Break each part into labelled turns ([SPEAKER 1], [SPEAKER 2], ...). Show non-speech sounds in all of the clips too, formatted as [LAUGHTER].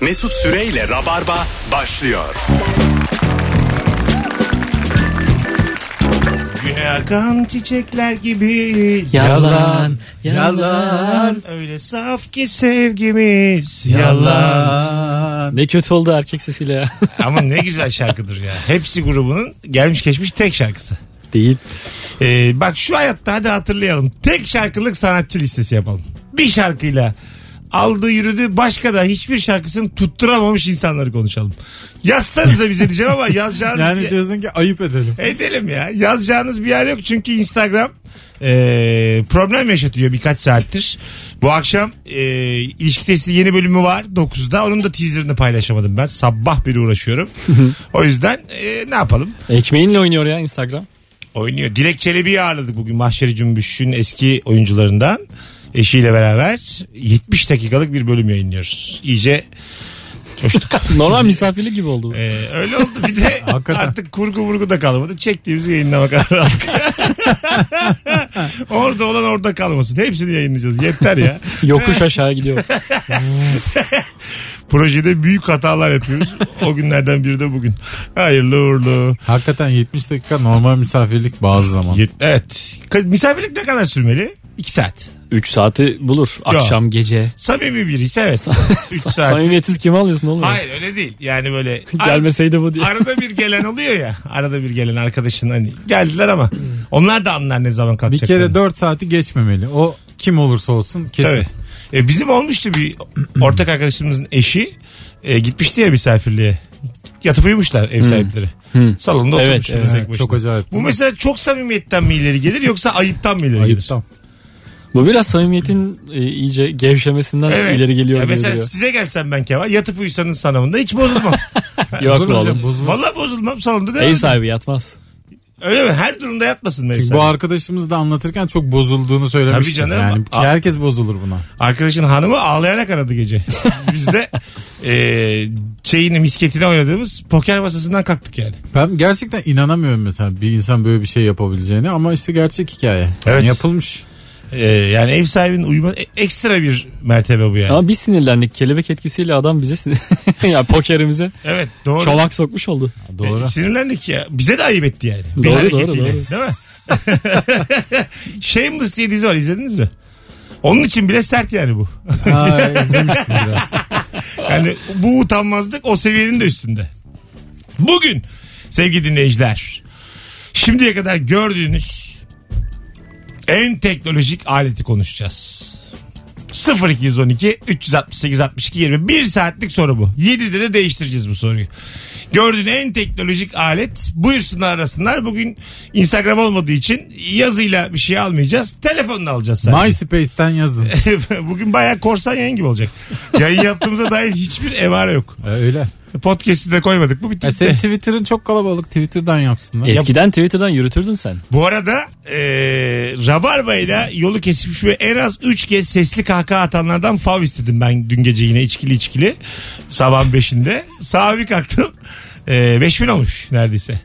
[SPEAKER 1] Mesut Süreyle Rabarba başlıyor.
[SPEAKER 2] Yakan çiçekler gibi
[SPEAKER 3] Yalan,
[SPEAKER 2] yalan
[SPEAKER 3] yalan.
[SPEAKER 2] öyle saf ki sevgimiz yalan.
[SPEAKER 3] Yalan. Ne kötü oldu erkek sesiyle ya. [LAUGHS]
[SPEAKER 2] Ama ne güzel şarkıdır ya. Hepsi grubunun gelmiş geçmiş tek şarkısı.
[SPEAKER 3] Değil.
[SPEAKER 2] Ee, bak şu hayatta hadi hatırlayalım. Tek şarkılık sanatçı listesi yapalım. Bir şarkıyla aldı yürüdü başka da hiçbir şarkısını tutturamamış insanları konuşalım. Yazsanıza bize diyeceğim ama yazacağınız
[SPEAKER 4] Yani
[SPEAKER 2] bir-
[SPEAKER 4] diyorsun ki ayıp edelim.
[SPEAKER 2] edelim ya. Yazacağınız bir yer yok çünkü Instagram e, problem yaşatıyor birkaç saattir. Bu akşam e, ilişki testi yeni bölümü var 9'da. Onun da teaserını paylaşamadım ben. Sabah beri uğraşıyorum. o yüzden e, ne yapalım?
[SPEAKER 3] Ekmeğinle oynuyor ya Instagram.
[SPEAKER 2] Oynuyor. Dilek Çelebi'yi ağırladık bugün Mahşeri Cümbüş'ün eski oyuncularından. Eşiyle beraber 70 dakikalık bir bölüm yayınlıyoruz. İyice coştuk.
[SPEAKER 3] Normal misafirlik gibi oldu. bu.
[SPEAKER 2] Ee, öyle oldu. Bir de
[SPEAKER 4] [LAUGHS] Hakikaten.
[SPEAKER 2] artık kurgu vurgu da kalmadı. Çektiğimizi yayınlama kararı aldık. [LAUGHS] orada olan orada kalmasın. Hepsini yayınlayacağız. Yeter ya.
[SPEAKER 3] Yokuş aşağı
[SPEAKER 2] [LAUGHS]
[SPEAKER 3] gidiyor.
[SPEAKER 2] Projede büyük hatalar yapıyoruz. O günlerden biri de bugün. Hayırlı uğurlu.
[SPEAKER 4] Hakikaten 70 dakika normal misafirlik bazı zaman.
[SPEAKER 2] Yet- Evet. Ka- Misafirlik ne kadar sürmeli? 2 saat.
[SPEAKER 3] 3 saati bulur. Akşam, gece.
[SPEAKER 2] Samimi birisi evet. 3
[SPEAKER 3] Sa-
[SPEAKER 2] saat.
[SPEAKER 3] Samimiyetsiz kim alıyorsun oğlum?
[SPEAKER 2] Hayır öyle değil.
[SPEAKER 4] [LAUGHS]
[SPEAKER 2] Yani böyle
[SPEAKER 3] Gelmeseydi bu diye.
[SPEAKER 2] arada bir gelen oluyor ya. Arada bir gelen arkadaşın hani geldiler ama onlar da anlar ne zaman
[SPEAKER 4] Bir
[SPEAKER 2] kalkacaklarını.
[SPEAKER 4] kere 4 saati geçmemeli. O kim olursa olsun kesin.
[SPEAKER 2] Tabii. E, bizim olmuştu bir [CLEARS THROAT] ortak arkadaşımızın eşi e, gitmişti ya misafirliğe. Yatıp uyumuşlar ev sahipleri. Salonda
[SPEAKER 3] Evet,
[SPEAKER 2] oturmuş
[SPEAKER 3] evet.
[SPEAKER 2] tek
[SPEAKER 4] Evet,
[SPEAKER 2] başına.
[SPEAKER 4] çok acayip.
[SPEAKER 2] Bu mesela çok samimiyetten mi ileri gelir yoksa ayıptan mı ileri gelir?
[SPEAKER 4] Ayıp tam.
[SPEAKER 3] Bu biraz samimiyetin e, iyice gevşemesinden
[SPEAKER 2] Evet.
[SPEAKER 3] ileri geliyor.
[SPEAKER 2] Ya
[SPEAKER 3] gibi
[SPEAKER 2] mesela
[SPEAKER 3] duruyor.
[SPEAKER 2] size gelsem ben Kemal yatıp uyusanız sanamında hiç bozulmam.
[SPEAKER 3] Yok
[SPEAKER 4] Bozulur
[SPEAKER 3] oğlum.
[SPEAKER 4] canım, bozulur.
[SPEAKER 2] Valla bozulmam salonda devam
[SPEAKER 3] Ev
[SPEAKER 2] ederim.
[SPEAKER 3] sahibi yatmaz.
[SPEAKER 2] Öyle mi? Her durumda yatmasın benim
[SPEAKER 4] Çünkü bu arkadaşımız da anlatırken çok bozulduğunu söylemişti.
[SPEAKER 2] Tabii canım.
[SPEAKER 4] Yani
[SPEAKER 2] A-
[SPEAKER 4] herkes bozulur buna.
[SPEAKER 2] Arkadaşın hanımı ağlayarak aradı gece. Biz de e, şeyini misketini oynadığımız poker masasından kalktık yani.
[SPEAKER 4] Ben gerçekten inanamıyorum mesela bir insan böyle bir şey yapabileceğini ama işte gerçek hikaye. Yani
[SPEAKER 2] Evet.
[SPEAKER 4] yapılmış.
[SPEAKER 2] Ee, yani ev sahibinin uyuma e- ekstra bir mertebe bu yani.
[SPEAKER 3] Ama biz sinirlendik. Kelebek etkisiyle adam bize sin- [LAUGHS] ya pokerimize
[SPEAKER 2] Evet doğru.
[SPEAKER 3] çomak sokmuş oldu.
[SPEAKER 4] Doğru.
[SPEAKER 2] E, sinirlendik ya. Bize de ayıp etti yani. Bir
[SPEAKER 3] Doğru,
[SPEAKER 2] hareketiyle.
[SPEAKER 3] doğru, doğru.
[SPEAKER 2] Değil mi? [LAUGHS] Shameless diye dizi var izlediniz mi? Onun için bile sert yani bu.
[SPEAKER 4] [LAUGHS] Ha, izlemiştim biraz.
[SPEAKER 2] [LAUGHS] Yani bu utanmazlık o seviyenin de üstünde. Bugün sevgili dinleyiciler. Şimdiye kadar gördüğünüz en teknolojik aleti konuşacağız. 0212 368 62 20 bir saatlik soru bu. 7'de de değiştireceğiz bu soruyu. Gördüğün en teknolojik alet buyursunlar arasınlar. Bugün Instagram olmadığı için yazıyla bir şey almayacağız. Telefonla alacağız sadece.
[SPEAKER 4] MySpace'ten yazın.
[SPEAKER 2] [LAUGHS] Bugün bayağı korsan yayın gibi olacak. Yayın yaptığımıza dair hiçbir emare yok.
[SPEAKER 4] E, Öyle.
[SPEAKER 2] Podcast'i de koymadık. Bu bitti.
[SPEAKER 4] E, senin Twitter'ın çok kalabalık. Twitter'dan yazsınlar.
[SPEAKER 3] Eskiden Twitter'dan yürütürdün sen.
[SPEAKER 2] Bu arada e, Rabarba ile yolu kesmiş ve en az 3 kez sesli kahkaha atanlardan fav istedim ben dün gece yine içkili içkili. Sabahın 5'inde. Sağa bir kalktım. E, 5000 olmuş neredeyse.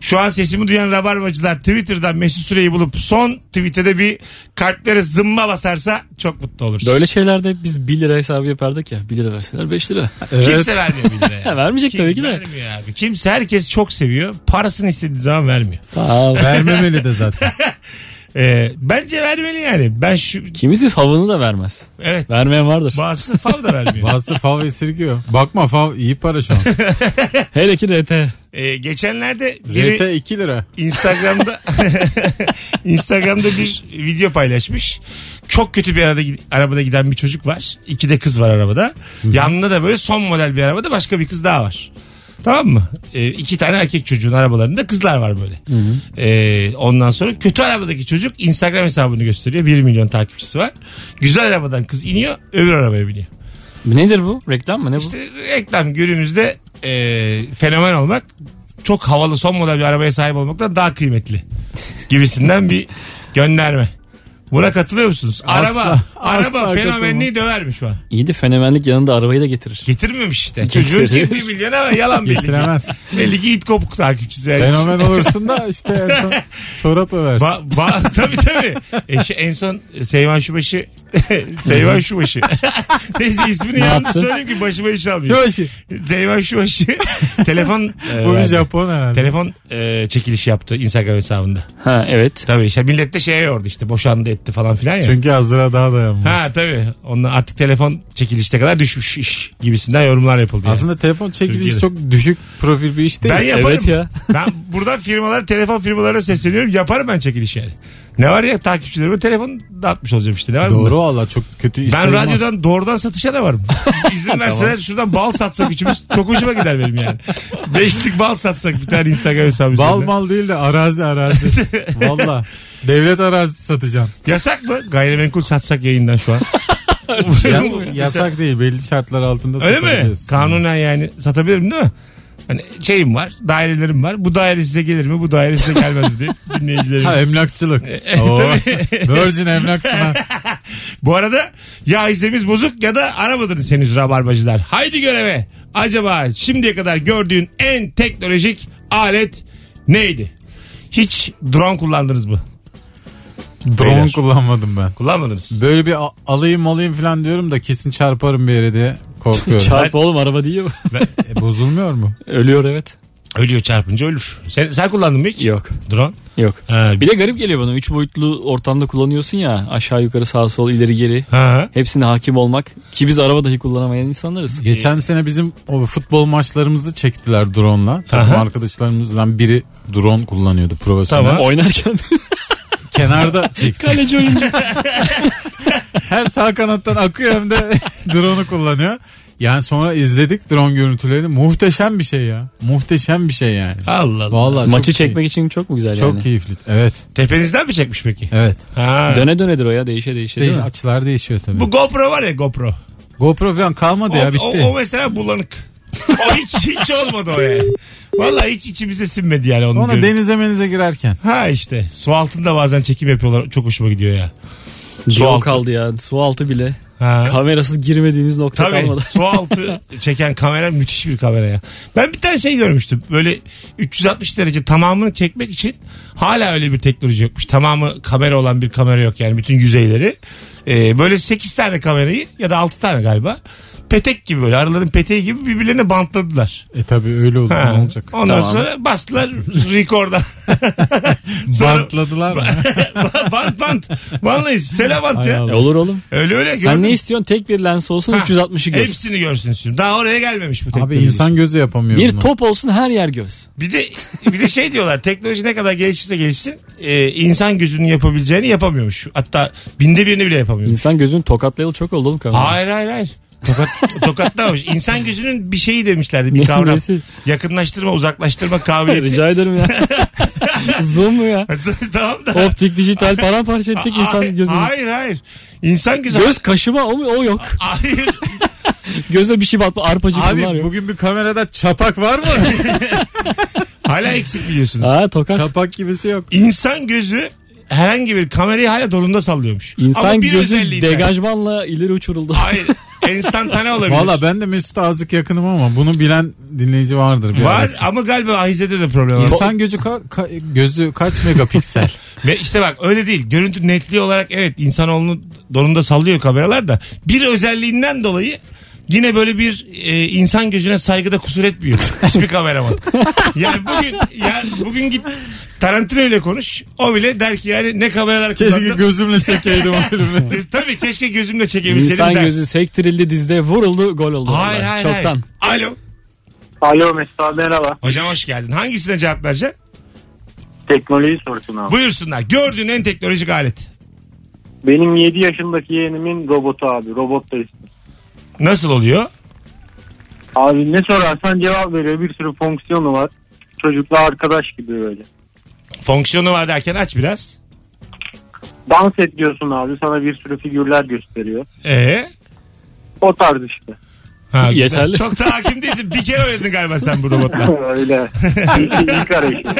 [SPEAKER 2] Şu an sesimi duyan Rabarbacılar Twitter'dan Mesut Süreyi bulup son tweet'e bir kalplere zımba basarsa çok mutlu olursunuz.
[SPEAKER 3] Böyle şeylerde biz 1 lira hesabı yapardık ya. 1 lira verseler 5 lira.
[SPEAKER 2] Kimse vermiyor bir lira ya.
[SPEAKER 3] Ha, [LAUGHS] vermeyecek
[SPEAKER 2] Kim
[SPEAKER 3] tabii ki de.
[SPEAKER 2] vermiyor abi. Kimse herkes çok seviyor. Parasını istediği zaman vermiyor.
[SPEAKER 3] Aa,
[SPEAKER 4] Vermemeli de zaten.
[SPEAKER 2] E, bence vermeli yani. Ben şu
[SPEAKER 3] kimisi favını da vermez.
[SPEAKER 2] evet.
[SPEAKER 3] Vermeyen vardır.
[SPEAKER 2] Bazısı fav
[SPEAKER 3] [LAUGHS]
[SPEAKER 2] da vermiyor.
[SPEAKER 4] Bazısı fav esirgiyor. Bakma fav iyi para şu an.
[SPEAKER 3] Hele ki RT.
[SPEAKER 2] Ee, geçenlerde
[SPEAKER 4] RT
[SPEAKER 2] biri
[SPEAKER 4] 2 lira.
[SPEAKER 2] Instagram'da Instagram'da bir video paylaşmış. Çok kötü bir arada, arabada giden bir çocuk var. İki de kız var arabada. Yanında da böyle son model bir arabada başka bir kız daha var. Tamam mı? Ee, iki tane erkek çocuğun arabalarında kızlar var böyle. Ee, ondan sonra kötü arabadaki çocuk Instagram hesabını gösteriyor. 1 milyon takipçisi var. Güzel arabadan kız iniyor öbür arabaya biniyor.
[SPEAKER 3] Nedir bu? Reklam mı ne bu?
[SPEAKER 2] İşte reklam günümüzde e, fenomen olmak çok havalı son model bir arabaya sahip olmaktan daha kıymetli gibisinden bir gönderme. Buna katılıyor musunuz? Araba
[SPEAKER 4] Asla,
[SPEAKER 2] araba
[SPEAKER 4] asla
[SPEAKER 2] fenomenliği döver mi şu an?
[SPEAKER 3] İyi de fenomenlik yanında arabayı da getirir.
[SPEAKER 2] Getirmemiş işte.
[SPEAKER 3] Getirir.
[SPEAKER 2] Çocuğun ki bir milyon ama yalan belli. ki.
[SPEAKER 4] Getiremez.
[SPEAKER 2] Belli ki it kopuk takipçisi. Yani [LAUGHS]
[SPEAKER 4] Fenomen olursun da işte en son çorap översin.
[SPEAKER 2] E, şey, Ba, ba, tabii tabii. Eşi, en son Seyvan Şubaşı [LAUGHS]
[SPEAKER 4] [LAUGHS]
[SPEAKER 2] Seyvan Şubaşı. Neyse ismini yanlış
[SPEAKER 3] yaptın?
[SPEAKER 2] söyleyeyim ki başıma iş almayayım.
[SPEAKER 4] Şöyle [LAUGHS]
[SPEAKER 2] Seyvan Şubaşı. telefon e,
[SPEAKER 4] Bu bir
[SPEAKER 2] verdi.
[SPEAKER 4] Japon herhalde.
[SPEAKER 2] telefon e, çekilişi yaptı Instagram hesabında.
[SPEAKER 3] Ha evet.
[SPEAKER 2] Tabii işte millet de şeye yordu işte boşandı etti falan filan ya.
[SPEAKER 4] Çünkü hazıra daha dayanmaz.
[SPEAKER 2] Ha tabii. Onunla artık telefon çekilişte kadar düşmüş iş gibisinden yorumlar yapıldı. yani.
[SPEAKER 4] Aslında telefon
[SPEAKER 2] Türkiye'de.
[SPEAKER 4] çekilişi çok düşük profil bir iş değil.
[SPEAKER 2] ben yaparım.
[SPEAKER 3] Evet ya.
[SPEAKER 2] Ben buradan firmalar telefon firmalarına sesleniyorum. Yaparım ben çekiliş yani. Ne var ya takipçilerime telefon dağıtmış olacağım işte. Ne var bunda?
[SPEAKER 4] Doğru valla çok kötü iş
[SPEAKER 2] Ben
[SPEAKER 4] olmaz.
[SPEAKER 2] radyodan doğrudan satışa da varım.
[SPEAKER 4] [LAUGHS]
[SPEAKER 2] İzin verseler şuradan bal satsak üçümüz çok hoşuma gider benim yani. Beşlik bal satsak bir tane Instagram hesabı.
[SPEAKER 4] Bal
[SPEAKER 2] üzerinden.
[SPEAKER 4] mal değil de arazi arazi.
[SPEAKER 2] [LAUGHS]
[SPEAKER 4] valla. Devlet arazisi satacağım.
[SPEAKER 2] Yasak mı? Gayrimenkul satsak yayından
[SPEAKER 4] [LAUGHS]
[SPEAKER 2] şu an.
[SPEAKER 4] Ya-
[SPEAKER 2] Şey Mesela-
[SPEAKER 4] yasak değil belli şartlar altında
[SPEAKER 2] Öyle mi?
[SPEAKER 4] satabiliyorsun.
[SPEAKER 2] Kanunen yani satabilirim değil mi? Hani şeyim var, dairelerim var. Bu daire size gelir mi? Bu daire size
[SPEAKER 4] [LAUGHS]
[SPEAKER 2] gelmez mi diye dinleyicilerimiz.
[SPEAKER 4] Ha emlakçılık.
[SPEAKER 2] E,
[SPEAKER 4] Oo. [LAUGHS] Virgin emlakçısın
[SPEAKER 2] [LAUGHS]
[SPEAKER 4] ha.
[SPEAKER 2] Bu arada ya izlemiz bozuk ya da aramadınız henüz rabarbacılar. Haydi göreve. Acaba şimdiye kadar gördüğün en teknolojik alet neydi? Hiç drone kullandınız mı?
[SPEAKER 4] Drone
[SPEAKER 2] Beyler.
[SPEAKER 4] kullanmadım ben.
[SPEAKER 2] Kullanmadınız.
[SPEAKER 4] Böyle bir a- alayım alayım falan diyorum da kesin çarparım bir yere diye korkuyorum.
[SPEAKER 3] Çarp oğlum araba değil mi?
[SPEAKER 4] E, bozulmuyor mu?
[SPEAKER 3] [LAUGHS] Ölüyor evet.
[SPEAKER 2] Ölüyor çarpınca ölür. Sen, sen kullandın mı hiç?
[SPEAKER 3] Yok.
[SPEAKER 2] Drone.
[SPEAKER 3] Yok.
[SPEAKER 2] Ha,
[SPEAKER 3] Bir de garip geliyor bana. Üç boyutlu ortamda kullanıyorsun ya. Aşağı yukarı sağ sol ileri geri.
[SPEAKER 2] ha.
[SPEAKER 3] Hepsine hakim olmak. Ki biz araba dahi kullanamayan insanlarız.
[SPEAKER 4] Geçen sene bizim o futbol maçlarımızı çektiler drone'la. Takım
[SPEAKER 2] Aha.
[SPEAKER 4] arkadaşlarımızdan biri drone kullanıyordu profesyonel.
[SPEAKER 2] Tamam.
[SPEAKER 3] Oynarken [LAUGHS]
[SPEAKER 4] Kenarda çekti. [LAUGHS]
[SPEAKER 3] kaleci oyuncu.
[SPEAKER 4] hem sağ kanattan akıyor hem de [LAUGHS] drone'u kullanıyor. Yani sonra izledik drone görüntülerini. Muhteşem bir şey ya. Muhteşem bir şey yani.
[SPEAKER 2] Allah Allah.
[SPEAKER 4] Vallahi çok
[SPEAKER 3] Maçı
[SPEAKER 4] key-
[SPEAKER 3] çekmek için çok mu güzel
[SPEAKER 4] çok
[SPEAKER 3] yani?
[SPEAKER 4] keyifli. Evet.
[SPEAKER 2] Tepenizden mi çekmiş peki?
[SPEAKER 4] Evet.
[SPEAKER 2] Ha.
[SPEAKER 3] Döne dönedir o ya değişe değişe
[SPEAKER 4] Değiş,
[SPEAKER 3] değil mi?
[SPEAKER 4] açılar değişiyor tabii.
[SPEAKER 2] Bu GoPro var ya GoPro.
[SPEAKER 4] GoPro falan kalmadı ya bitti.
[SPEAKER 2] O, o mesela bulanık. o hiç hiç olmadı o yani. Vallahi hiç içimize sinmedi yani onu.
[SPEAKER 4] Onu denize menize girerken.
[SPEAKER 2] Ha işte su altında bazen çekim yapıyorlar. Çok hoşuma gidiyor ya. Su
[SPEAKER 3] Yol
[SPEAKER 2] altı.
[SPEAKER 3] kaldı ya su altı bile.
[SPEAKER 2] Ha.
[SPEAKER 3] Kamerasız girmediğimiz nokta
[SPEAKER 2] Tabii
[SPEAKER 3] kalmadı.
[SPEAKER 2] su altı çeken kamera müthiş bir kamera ya. Ben bir tane şey görmüştüm. Böyle 360 derece tamamını çekmek için hala öyle bir teknoloji yokmuş. Tamamı kamera olan bir kamera yok yani bütün yüzeyleri. Ee, böyle 8 tane kamerayı ya da 6 tane galiba petek gibi böyle araların peteği gibi birbirlerine bantladılar.
[SPEAKER 4] E tabii öyle oldu.
[SPEAKER 2] Ha.
[SPEAKER 4] Ne olacak?
[SPEAKER 2] Ondan
[SPEAKER 3] Tamam.
[SPEAKER 2] sonra bastılar
[SPEAKER 4] [LAUGHS]
[SPEAKER 2] rekorda. Sonra- [LAUGHS]
[SPEAKER 4] Bantladılar mı?
[SPEAKER 2] bant bant. Vallahi selamant
[SPEAKER 4] Hay
[SPEAKER 2] ya.
[SPEAKER 4] Allah.
[SPEAKER 3] E, olur oğlum.
[SPEAKER 2] Öyle öyle.
[SPEAKER 3] Sen
[SPEAKER 2] gördün.
[SPEAKER 3] ne istiyorsun? Tek bir lens olsun
[SPEAKER 2] Ha,
[SPEAKER 3] 360'ı göz.
[SPEAKER 2] Hepsini görsün şimdi. Daha oraya gelmemiş bu
[SPEAKER 4] Abi
[SPEAKER 2] teknoloji.
[SPEAKER 4] insan gözü yapamıyor
[SPEAKER 3] Bir
[SPEAKER 4] bunu.
[SPEAKER 3] top olsun her yer göz.
[SPEAKER 2] Bir de bir de şey diyorlar teknoloji ne kadar gelişirse gelişsin e, insan gözünün yapabileceğini yapamıyormuş. Hatta binde birini bile yapamıyormuş.
[SPEAKER 3] İnsan gözünü tokatlayalı çok oldu oğlum kamera.
[SPEAKER 2] Hayır hayır hayır. Tokat, tokatlamamış. İnsan gözünün bir şeyi
[SPEAKER 3] [LAUGHS]
[SPEAKER 2] demişlerdi bir kavram.
[SPEAKER 3] Neyse.
[SPEAKER 2] Yakınlaştırma uzaklaştırma [LAUGHS] kabiliyeti.
[SPEAKER 3] Rica ederim ya. Zoom mu ya?
[SPEAKER 2] tamam da.
[SPEAKER 3] Optik dijital paramparça ettik insan
[SPEAKER 2] Hayır,
[SPEAKER 3] gözünü.
[SPEAKER 2] Hayır hayır. İnsan gözü.
[SPEAKER 3] Göz kaşıma o, mu? o yok.
[SPEAKER 2] Hayır.
[SPEAKER 3] Göze bir şey batma arpacık bunlar
[SPEAKER 4] Abi
[SPEAKER 3] yok.
[SPEAKER 4] bugün bir kamerada çapak var mı?
[SPEAKER 2] Hala eksik biliyorsunuz.
[SPEAKER 3] Ha tokat.
[SPEAKER 4] çapak gibisi yok.
[SPEAKER 2] İnsan gözü herhangi bir kamerayı hala dolunda sallıyormuş.
[SPEAKER 3] İnsan
[SPEAKER 2] Ama bir
[SPEAKER 3] gözü
[SPEAKER 2] özelliği
[SPEAKER 3] degajmanla ileri uçuruldu.
[SPEAKER 2] Hayır. Enstantane olabilir.
[SPEAKER 4] Valla ben de Mesut Azık yakınım ama bunu bilen dinleyici vardır. bir
[SPEAKER 2] Var
[SPEAKER 4] arası.
[SPEAKER 2] ama galiba ahizede de problem var.
[SPEAKER 4] İnsan gözü, ka- ka- gözü kaç megapiksel?
[SPEAKER 2] Ve işte bak öyle değil. Görüntü netliği olarak evet insanoğlunun donunda sallıyor kameralar da. Bir özelliğinden dolayı yine böyle bir e, insan gözüne saygıda kusur etmiyor. [LAUGHS]
[SPEAKER 3] [LAUGHS]
[SPEAKER 2] Hiçbir kameraman. Yani bugün yani bugün git Tarantino ile konuş. O bile der ki yani ne kameralar
[SPEAKER 4] Keşke
[SPEAKER 2] kullandı.
[SPEAKER 4] gözümle [LAUGHS] çekeydim o filmi.
[SPEAKER 2] Tabii keşke gözümle çekebilseydim
[SPEAKER 3] İnsan
[SPEAKER 2] der.
[SPEAKER 3] gözü sektirildi dizde vuruldu gol oldu.
[SPEAKER 2] Hayır
[SPEAKER 3] vallahi.
[SPEAKER 2] hayır
[SPEAKER 3] Çoktan.
[SPEAKER 2] hayır. Alo.
[SPEAKER 5] Alo Mesut abi merhaba.
[SPEAKER 2] Hocam hoş geldin. Hangisine cevap vereceksin?
[SPEAKER 5] Teknoloji sorusuna.
[SPEAKER 2] Buyursunlar. Gördüğün en teknolojik alet.
[SPEAKER 5] Benim 7 yaşındaki yeğenimin robotu abi. Robot da ismi.
[SPEAKER 2] Nasıl oluyor?
[SPEAKER 5] Abi ne sorarsan cevap veriyor. Bir sürü fonksiyonu var. Çocukla arkadaş gibi böyle.
[SPEAKER 2] Fonksiyonu var derken aç biraz.
[SPEAKER 5] Dans et diyorsun abi. Sana bir sürü figürler gösteriyor.
[SPEAKER 2] Ee?
[SPEAKER 5] O tarz
[SPEAKER 6] [LAUGHS]
[SPEAKER 5] işte.
[SPEAKER 2] Ha, güzel.
[SPEAKER 3] Yeterli.
[SPEAKER 2] Çok da hakim değilsin. Bir kere oynadın galiba sen
[SPEAKER 4] [LAUGHS]
[SPEAKER 2] bu robotla.
[SPEAKER 5] Öyle. İlk, ilk arayışım.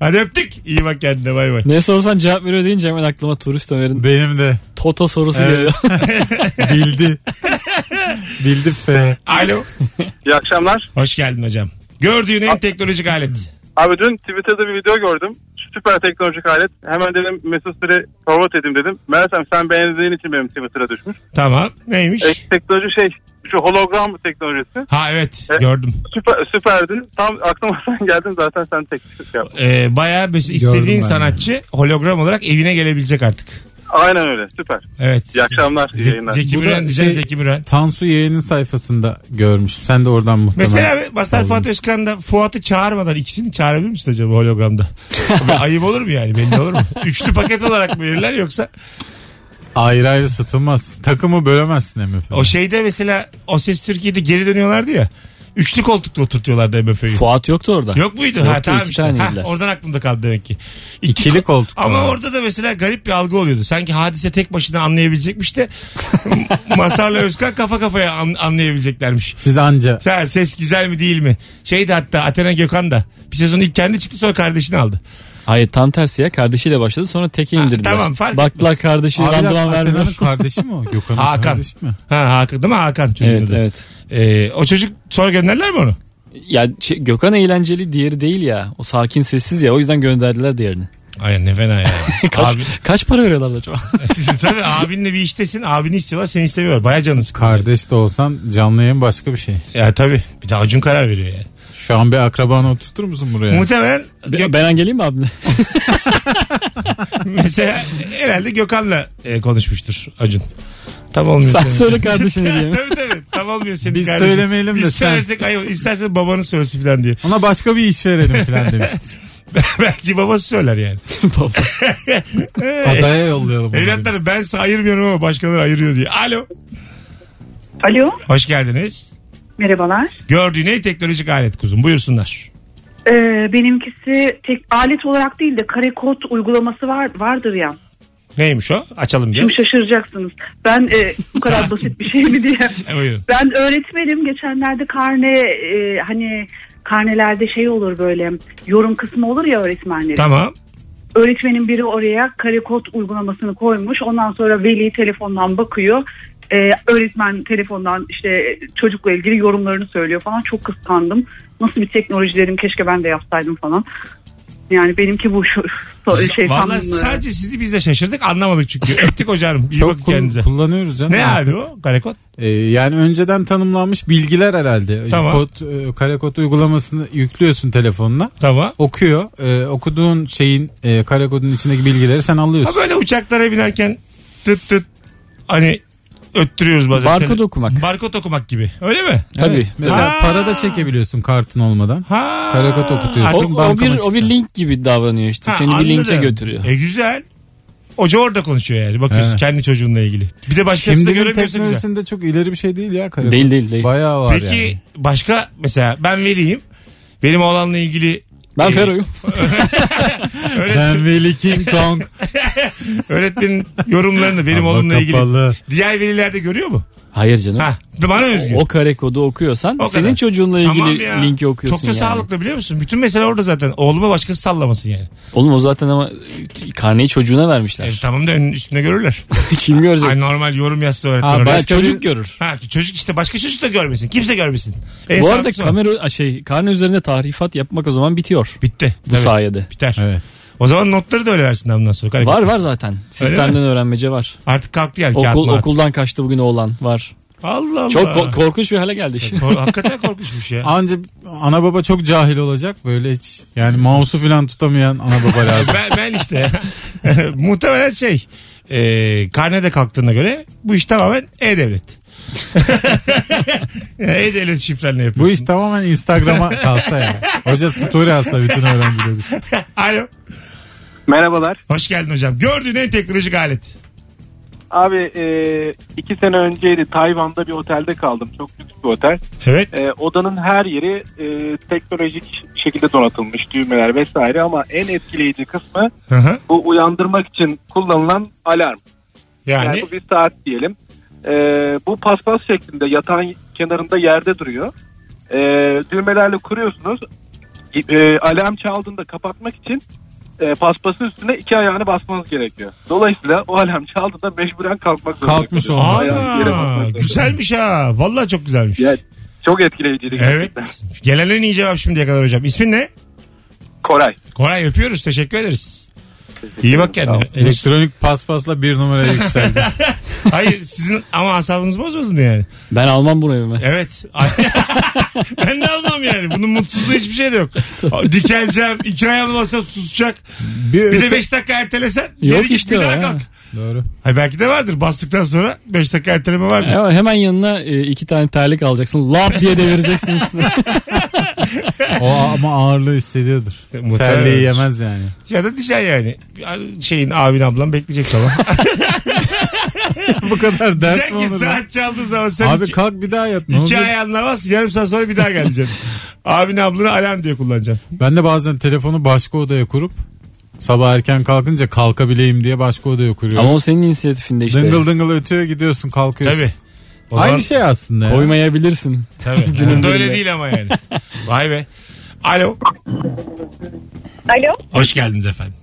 [SPEAKER 2] Hadi öptük. İyi bak kendine bay bay.
[SPEAKER 3] Ne sorsan cevap veriyor deyince hemen aklıma turist Ömer'in
[SPEAKER 4] Benim de.
[SPEAKER 3] Toto sorusu
[SPEAKER 4] Evet.
[SPEAKER 3] geliyor. [LAUGHS]
[SPEAKER 4] Bildi. Bildi fe.
[SPEAKER 2] Alo.
[SPEAKER 6] İyi akşamlar.
[SPEAKER 2] Hoş geldin hocam. Gördüğün en teknolojik alet.
[SPEAKER 6] Abi dün Twitter'da bir video gördüm. süper teknolojik alet. Hemen dedim Mesut Süre forward edeyim dedim. Meğersem sen beğendiğin için benim Twitter'a düşmüş.
[SPEAKER 2] Tamam. Neymiş?
[SPEAKER 6] E, teknoloji şey şu hologram teknolojisi.
[SPEAKER 2] Ha evet
[SPEAKER 6] Evet.
[SPEAKER 2] gördüm.
[SPEAKER 6] Süper, süperdi. Tam aklıma [LAUGHS] sen geldin zaten sen teklif yaptın.
[SPEAKER 2] Ee, bayağı mes-
[SPEAKER 4] Gördüm ben
[SPEAKER 2] istediğin
[SPEAKER 4] de.
[SPEAKER 2] sanatçı hologram olarak evine gelebilecek artık.
[SPEAKER 6] Aynen öyle süper.
[SPEAKER 2] Evet.
[SPEAKER 6] İyi akşamlar. iyi
[SPEAKER 2] Ze-
[SPEAKER 6] yayınlar.
[SPEAKER 2] Zeki
[SPEAKER 4] Bu da
[SPEAKER 2] Müren diyeceksin
[SPEAKER 4] şey-
[SPEAKER 2] Zeki Müren.
[SPEAKER 4] Tansu yayının sayfasında görmüştüm. Sen de oradan muhtemelen.
[SPEAKER 2] Mesela Basar Fuat
[SPEAKER 4] Olmuş.
[SPEAKER 2] Özkan da Fuat'ı çağırmadan ikisini çağırabilir misin acaba hologramda?
[SPEAKER 4] [LAUGHS]
[SPEAKER 2] Ayıp olur mu yani belli olur mu? Üçlü paket olarak mı verirler yoksa?
[SPEAKER 4] Ayrı ayrı satılmaz. Takımı bölemezsin MFÖ.
[SPEAKER 2] O şeyde mesela O Ses Türkiye'de geri dönüyorlardı ya. Üçlü koltukta oturtuyorlardı MFÖ'yü.
[SPEAKER 3] Fuat yoktu orada.
[SPEAKER 2] Yok muydu? ha,
[SPEAKER 3] Yoktu,
[SPEAKER 2] tamam
[SPEAKER 3] iki
[SPEAKER 2] işte.
[SPEAKER 3] taneydiler.
[SPEAKER 2] Ha, oradan aklımda kaldı demek ki. İki
[SPEAKER 4] İkili
[SPEAKER 2] ko-
[SPEAKER 4] koltuk.
[SPEAKER 2] Ama
[SPEAKER 4] var.
[SPEAKER 2] orada da mesela garip bir algı oluyordu. Sanki hadise tek başına
[SPEAKER 3] [LAUGHS]
[SPEAKER 2] anlayabilecekmiş de Masar'la Özkan kafa kafaya an- anlayabileceklermiş.
[SPEAKER 4] Siz anca.
[SPEAKER 2] Sen ses güzel mi değil mi? Şeydi hatta Athena Gökhan da bir sezon ilk kendi çıktı sonra kardeşini aldı.
[SPEAKER 3] Hayır tam tersi ya kardeşiyle başladı sonra teke
[SPEAKER 2] Ha,
[SPEAKER 3] indirdiler.
[SPEAKER 2] tamam, fark
[SPEAKER 3] Baktılar
[SPEAKER 2] etmez.
[SPEAKER 3] kardeşi
[SPEAKER 4] Abiler,
[SPEAKER 3] randıman
[SPEAKER 4] Athena'nın
[SPEAKER 3] Şey, vermiyor.
[SPEAKER 4] kardeşi mi o? Gökhan'ın
[SPEAKER 2] Hakan.
[SPEAKER 4] kardeşi mi?
[SPEAKER 2] Ha Hakan değil mi Hakan çocuğun
[SPEAKER 3] Evet
[SPEAKER 2] adı.
[SPEAKER 3] evet.
[SPEAKER 2] Ee, o çocuk sonra gönderler mi onu?
[SPEAKER 3] Ya şey, Gökhan eğlenceli diğeri değil ya. O sakin sessiz ya o yüzden gönderdiler diğerini.
[SPEAKER 2] Ay ne fena ya. Abi,
[SPEAKER 3] [LAUGHS] Kaç para veriyorlar
[SPEAKER 2] [LAUGHS]
[SPEAKER 3] acaba?
[SPEAKER 2] tabii abinle bir iştesin abini istiyorlar seni istemiyorlar. Baya canı sıkıyor.
[SPEAKER 4] Kardeş de olsan canlı yayın başka bir şey.
[SPEAKER 2] Ya tabii bir de Acun karar veriyor ya.
[SPEAKER 4] Şu an bir akrabanı oturtur musun buraya?
[SPEAKER 2] Muhtemelen
[SPEAKER 4] [LAUGHS]
[SPEAKER 2] Gök-
[SPEAKER 3] ben geleyim mi abimle?
[SPEAKER 2] mesela herhalde Gökhan'la e, konuşmuştur Acun. Tam olmuyor.
[SPEAKER 3] Sen
[SPEAKER 2] senin.
[SPEAKER 3] söyle kardeşine diyeyim.
[SPEAKER 2] [LAUGHS] tabii tabii tam olmuyor senin
[SPEAKER 4] Biz
[SPEAKER 2] kardeşin.
[SPEAKER 4] söylemeyelim de
[SPEAKER 2] Biz
[SPEAKER 4] sen-
[SPEAKER 2] söylersek ayıp. İstersen babanı söylesin falan diye. [LAUGHS]
[SPEAKER 4] Ona başka bir iş verelim falan demiştir.
[SPEAKER 2] Belki babası söyler yani.
[SPEAKER 3] Baba.
[SPEAKER 4] Adaya yollayalım. onu
[SPEAKER 2] Evlatları ben size ayırmıyorum ama başkaları ayırıyor diye. Alo.
[SPEAKER 7] Alo
[SPEAKER 2] Hoş geldiniz.
[SPEAKER 7] merhabalar.
[SPEAKER 2] Gördüğün en teknolojik alet kuzum. Buyursunlar.
[SPEAKER 7] Ee, benimkisi tek alet olarak değil de kare kod uygulaması var vardır ya.
[SPEAKER 2] Neymiş o? Açalım bir.
[SPEAKER 7] Şimdi şaşıracaksınız. Ben e, bu kadar basit bir şey mi diye.
[SPEAKER 2] E, buyurun.
[SPEAKER 7] Ben öğretmenim. Geçenlerde karne e, hani karnelerde şey olur böyle yorum kısmı olur ya öğretmenlerin.
[SPEAKER 2] Tamam.
[SPEAKER 7] Öğretmenin biri oraya kare kod uygulamasını koymuş. Ondan sonra veli telefondan bakıyor. Ee, öğretmen telefondan işte çocukla ilgili yorumlarını söylüyor falan. Çok kıskandım. Nasıl bir teknoloji dedim keşke ben de yapsaydım falan. Yani benimki bu [LAUGHS] şu, şey tam,
[SPEAKER 2] Vallahi sadece sizi biz de şaşırdık anlamadık çünkü. Öptük hocam. İyi
[SPEAKER 4] Çok
[SPEAKER 2] bakın
[SPEAKER 4] kul-
[SPEAKER 2] kendinize.
[SPEAKER 4] kullanıyoruz canım.
[SPEAKER 2] Ne
[SPEAKER 4] artık.
[SPEAKER 2] abi o? Karekot.
[SPEAKER 4] Ee, yani önceden tanımlanmış bilgiler herhalde.
[SPEAKER 2] Tamam.
[SPEAKER 4] Kod, e, kare kod uygulamasını yüklüyorsun telefonuna.
[SPEAKER 2] Tamam.
[SPEAKER 4] Okuyor. E, okuduğun şeyin e, kare kodun içindeki bilgileri sen
[SPEAKER 2] Ha
[SPEAKER 4] alıyorsun.
[SPEAKER 2] böyle uçaklara binerken tıt tıt hani öttürüyoruz bazen.
[SPEAKER 3] Barkod okumak.
[SPEAKER 2] Barkod okumak gibi. Öyle mi?
[SPEAKER 3] Tabii.
[SPEAKER 4] Evet. Mesela
[SPEAKER 2] Aa.
[SPEAKER 4] para da çekebiliyorsun kartın olmadan.
[SPEAKER 2] Ha.
[SPEAKER 4] Kare kod okutuyorsun.
[SPEAKER 3] O,
[SPEAKER 2] Artık-
[SPEAKER 4] Tüm
[SPEAKER 3] o bir, o
[SPEAKER 4] bankamatikten.
[SPEAKER 3] bir link gibi davranıyor işte.
[SPEAKER 2] Ha,
[SPEAKER 3] Seni bir linke
[SPEAKER 2] anladım.
[SPEAKER 3] götürüyor.
[SPEAKER 2] E güzel. Hoca orada konuşuyor yani. Bakıyorsun
[SPEAKER 4] Evet.
[SPEAKER 2] kendi çocuğunla ilgili. Bir de başkasını da
[SPEAKER 4] Şimdinin
[SPEAKER 2] göremiyorsun güzel.
[SPEAKER 4] teknolojisinde çok ileri bir şey değil ya kare
[SPEAKER 3] Değil,
[SPEAKER 4] kod.
[SPEAKER 3] değil, değil.
[SPEAKER 4] Bayağı var
[SPEAKER 2] Peki
[SPEAKER 4] yani.
[SPEAKER 2] başka mesela ben vereyim. Benim oğlanla ilgili
[SPEAKER 3] Ben
[SPEAKER 2] e,
[SPEAKER 3] Fero'yum.
[SPEAKER 2] öğret-
[SPEAKER 4] Ben Veli King Kong. [LAUGHS]
[SPEAKER 2] öğretmenin yorumlarını benim
[SPEAKER 4] Ama
[SPEAKER 2] oğlumla ilgili
[SPEAKER 4] kapalı.
[SPEAKER 2] diğer veliler de görüyor mu?
[SPEAKER 3] Hayır canım.
[SPEAKER 2] Ha, bana özgü.
[SPEAKER 3] O kare kodu okuyorsan
[SPEAKER 2] O kadar.
[SPEAKER 3] senin çocuğunla ilgili
[SPEAKER 2] Tamam ya.
[SPEAKER 3] linki okuyorsun
[SPEAKER 2] Çok da
[SPEAKER 3] yani.
[SPEAKER 2] sağlıklı biliyor musun? Bütün mesele orada zaten. Oğluma başkası sallamasın yani.
[SPEAKER 3] Oğlum o zaten ama karneyi çocuğuna vermişler.
[SPEAKER 2] E, tamam da önün
[SPEAKER 3] [LAUGHS]
[SPEAKER 2] üstünde görürler.
[SPEAKER 3] Kim görecek?
[SPEAKER 2] Ay, normal yorum yazsa öğretmen.
[SPEAKER 4] Ha,
[SPEAKER 2] oraya.
[SPEAKER 3] Ben
[SPEAKER 4] başka
[SPEAKER 3] çocuk
[SPEAKER 4] bir-
[SPEAKER 3] görür.
[SPEAKER 2] Ha, çocuk işte başka çocuk da görmesin. Kimse görmesin. En
[SPEAKER 3] Bu arada
[SPEAKER 2] sağlıklısı o.
[SPEAKER 3] kamera şey karne üzerinde tahrifat yapmak o zaman bitiyor.
[SPEAKER 2] Bitti.
[SPEAKER 3] Bu
[SPEAKER 2] Tabii,
[SPEAKER 3] sayede.
[SPEAKER 2] Biter.
[SPEAKER 4] Evet.
[SPEAKER 2] O zaman notları da öyle versinler bundan sonra. Kare-
[SPEAKER 3] Var var zaten. Sistemden
[SPEAKER 2] mi?
[SPEAKER 3] öğrenmece var.
[SPEAKER 2] Artık kalktı yani kağıt
[SPEAKER 3] Okul,
[SPEAKER 2] mağat.
[SPEAKER 3] okuldan kaçtı bugün oğlan var.
[SPEAKER 2] Allah Allah.
[SPEAKER 3] Çok ko- korkunç bir hale geldi iş.
[SPEAKER 2] Ko- Hakikaten korkunçmuş ya.
[SPEAKER 4] Anca ana baba çok cahil olacak böyle hiç. Yani mouse'u falan tutamayan ana baba
[SPEAKER 2] [LAUGHS]
[SPEAKER 4] lazım.
[SPEAKER 2] E, ben, ben işte muhtemelen şey e, karnede kalktığına göre bu iş tamamen e-devlet. [LAUGHS] Yani e-devlet şifrenle yapıyorsun.
[SPEAKER 4] Bu iş tamamen Instagram'a kalsa ya. Hoca story alsa bütün öğrenciler için.
[SPEAKER 2] Alo.
[SPEAKER 8] Merhabalar.
[SPEAKER 2] Hoş geldin hocam. Gördüğün en teknolojik alet.
[SPEAKER 8] Abi e, iki sene önceydi Tayvan'da bir otelde kaldım. Çok lüks bir otel.
[SPEAKER 2] Evet.
[SPEAKER 8] E, odanın her yeri e, teknolojik şekilde donatılmış. Düğmeler vesaire ama en etkileyici kısmı
[SPEAKER 2] Hı hı.
[SPEAKER 8] bu uyandırmak için kullanılan alarm. Yani,
[SPEAKER 2] Yani
[SPEAKER 8] bu bir saat diyelim. E, bu paspas şeklinde yatağın kenarında yerde duruyor. E, düğmelerle kuruyorsunuz. E, alarm çaldığında kapatmak için e, paspasın üstüne iki ayağını basmanız gerekiyor. Dolayısıyla o alarm çaldığında mecburen kalkmak zorunda.
[SPEAKER 4] Kalkmış
[SPEAKER 8] kalıyor.
[SPEAKER 4] olmalı.
[SPEAKER 8] Ayağını yere basmak
[SPEAKER 2] Ana,
[SPEAKER 8] zorunda.
[SPEAKER 2] güzelmiş ha. Vallahi çok güzelmiş.
[SPEAKER 8] Ya, çok etkileyiciydi
[SPEAKER 2] Evet.
[SPEAKER 8] gerçekten.
[SPEAKER 2] Gelen en iyi cevap şimdiye kadar hocam. İsmin ne?
[SPEAKER 8] Koray.
[SPEAKER 2] Koray öpüyoruz. Teşekkür ederiz. İyi bak kendine. Elektro-
[SPEAKER 4] Elektronik paspasla bir numaraya yükseldi.
[SPEAKER 2] Hayır sizin ama asabınız bozmaz mı yani?
[SPEAKER 3] Ben almam bunu evime.
[SPEAKER 2] Evet. [LAUGHS] ben de almam yani. Bunun mutsuzluğu hiçbir şey
[SPEAKER 3] [LAUGHS]
[SPEAKER 2] de yok. Dikeleceğim. iki ayağım olsa susacak.
[SPEAKER 4] bir,
[SPEAKER 2] [LAUGHS] Bir de
[SPEAKER 4] öte-
[SPEAKER 2] 5 dakika ertelesen.
[SPEAKER 3] Yok
[SPEAKER 2] geri git,
[SPEAKER 3] işte
[SPEAKER 2] bir
[SPEAKER 3] o
[SPEAKER 2] daha
[SPEAKER 3] ya.
[SPEAKER 2] kalk.
[SPEAKER 4] Doğru.
[SPEAKER 2] Hayır, belki de vardır. Bastıktan sonra 5 dakika erteleme vardır.
[SPEAKER 3] Ama hemen yanına e, iki tane terlik alacaksın. Lap diye devireceksin üstüne.
[SPEAKER 4] O ama ağırlığı hissediyordur.
[SPEAKER 2] Muhtemelen.
[SPEAKER 4] Terliği yemez yani.
[SPEAKER 2] Ya da diyeceksin yani. Yani Şeyin abin ablan
[SPEAKER 3] [LAUGHS]
[SPEAKER 2] bekleyecek sabah.
[SPEAKER 4] Bu kadar dert mi
[SPEAKER 2] Diyeceksin ki
[SPEAKER 4] olur? lan?
[SPEAKER 2] saat çaldığı zaman sen
[SPEAKER 4] Abi
[SPEAKER 2] iki,
[SPEAKER 4] kalk bir daha yat. Ne
[SPEAKER 2] iki
[SPEAKER 4] olacak?
[SPEAKER 2] ayağın namaz, yarım saat sonra bir
[SPEAKER 3] [LAUGHS]
[SPEAKER 2] daha geleceksin. abin ablanı alarm diye kullanacaksın.
[SPEAKER 4] Ben de bazen telefonu başka odaya kurup sabah erken kalkınca kalkabileyim diye başka odaya kuruyorum.
[SPEAKER 3] Ama o senin inisiyatifinde işte.
[SPEAKER 4] Dıngıl dıngıl ötüyor gidiyorsun kalkıyorsun.
[SPEAKER 2] Tabii. O zaman-
[SPEAKER 4] Aynı şey aslında. ya.
[SPEAKER 3] Koymayabilirsin. [LAUGHS]
[SPEAKER 2] Tabii. Bunda öyle değil ama yani. Vay be. Alo.
[SPEAKER 9] Alo.
[SPEAKER 2] Hoş geldiniz efendim.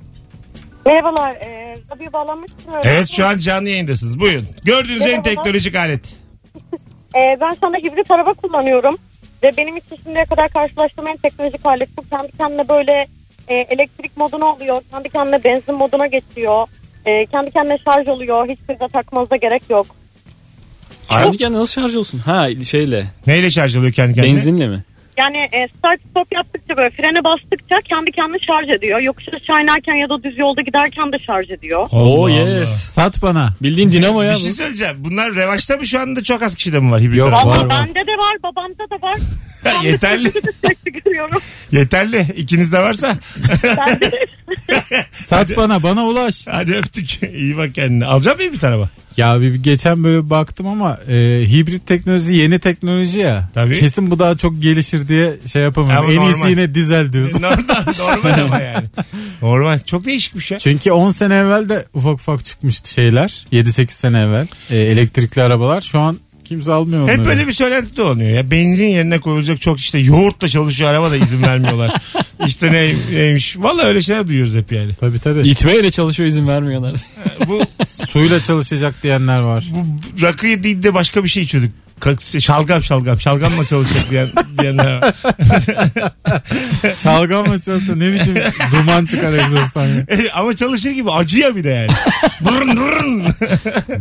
[SPEAKER 9] Merhabalar. E, radyo bağlanmışsınız.
[SPEAKER 2] Evet şu an canlı yayındasınız. Buyurun. Gördüğünüz en teknolojik alet.
[SPEAKER 9] Ee, ben şu anda hibrit araba kullanıyorum. Ve benim için şimdiye kadar karşılaştığım en teknolojik alet bu. Kendi kendine böyle e, elektrik moduna oluyor. Kendi kendine benzin moduna geçiyor. E, kendi kendine şarj oluyor. Hiç prize takmanıza gerek yok.
[SPEAKER 2] Ara-
[SPEAKER 3] Kendi kendine nasıl şarj olsun? Ha şeyle.
[SPEAKER 2] Neyle şarj oluyor kendi kendine?
[SPEAKER 3] Benzinle mi?
[SPEAKER 9] Yani e, start stop yaptıkça böyle frene bastıkça kendi kendine şarj ediyor. Yokuş aşağı inerken ya da düz yolda giderken de şarj ediyor.
[SPEAKER 2] Allah
[SPEAKER 3] Oo
[SPEAKER 4] Oh,
[SPEAKER 2] Allah.
[SPEAKER 3] yes.
[SPEAKER 4] Sat bana.
[SPEAKER 3] Bildiğin dinamo ya
[SPEAKER 2] Bir
[SPEAKER 3] bu. [LAUGHS]
[SPEAKER 2] şey söyleyeceğim. Bunlar revaçta mı şu anda çok az kişide mi var? Hibrit
[SPEAKER 4] Yok,
[SPEAKER 2] araba?
[SPEAKER 4] var.
[SPEAKER 9] Valla bende de var babamda da var. [LAUGHS]
[SPEAKER 4] [LAUGHS]
[SPEAKER 2] Yeterli.
[SPEAKER 9] Sürekli görüyorum.
[SPEAKER 2] Yeterli. İkiniz de varsa.
[SPEAKER 4] Sat bana bana ulaş.
[SPEAKER 2] Hadi öptük. İyi bak kendine. Alacak mıyım
[SPEAKER 4] [LAUGHS]
[SPEAKER 2] bir araba?
[SPEAKER 4] Ya bir, bir geçen böyle baktım ama e, hibrit teknoloji yeni teknoloji ya.
[SPEAKER 2] Tabii.
[SPEAKER 4] Kesin bu daha çok gelişir diye şey
[SPEAKER 2] Ama
[SPEAKER 4] yapamıyorum. En
[SPEAKER 2] normal.
[SPEAKER 4] iyisi yine dizel diyorsun.
[SPEAKER 2] normal, normal ama yani. Normal. Çok şey. değişikmiş ya.
[SPEAKER 4] Çünkü 10 sene evvel de ufak ufak çıkmıştı şeyler. 7-8 sene evvel. E, elektrikli arabalar. Şu an kimse almıyor onları.
[SPEAKER 2] Hep böyle bir söylenti dolanıyor ya. Benzin yerine koyulacak çok işte yoğurtla çalışıyor araba da
[SPEAKER 4] [LAUGHS]
[SPEAKER 2] izin vermiyorlar. işte ne, neymiş. Valla öyle şeyler duyuyoruz hep yani.
[SPEAKER 4] Tabii tabii.
[SPEAKER 3] İtmeyle çalışıyor izin vermiyorlar.
[SPEAKER 2] Bu,
[SPEAKER 4] Suyla çalışacak diyenler var.
[SPEAKER 2] [LAUGHS] bu rakıyı değil de başka bir şey içiyorduk. Ka- Şalgam şalgam. Şalgamla çalışacak diyen, diyenler var.
[SPEAKER 4] Şalgam açarsa ne [LAUGHS] biçim duman çıkar egzozdan ya.
[SPEAKER 2] E, Ama çalışır gibi acıya bir de yani. Brın brın.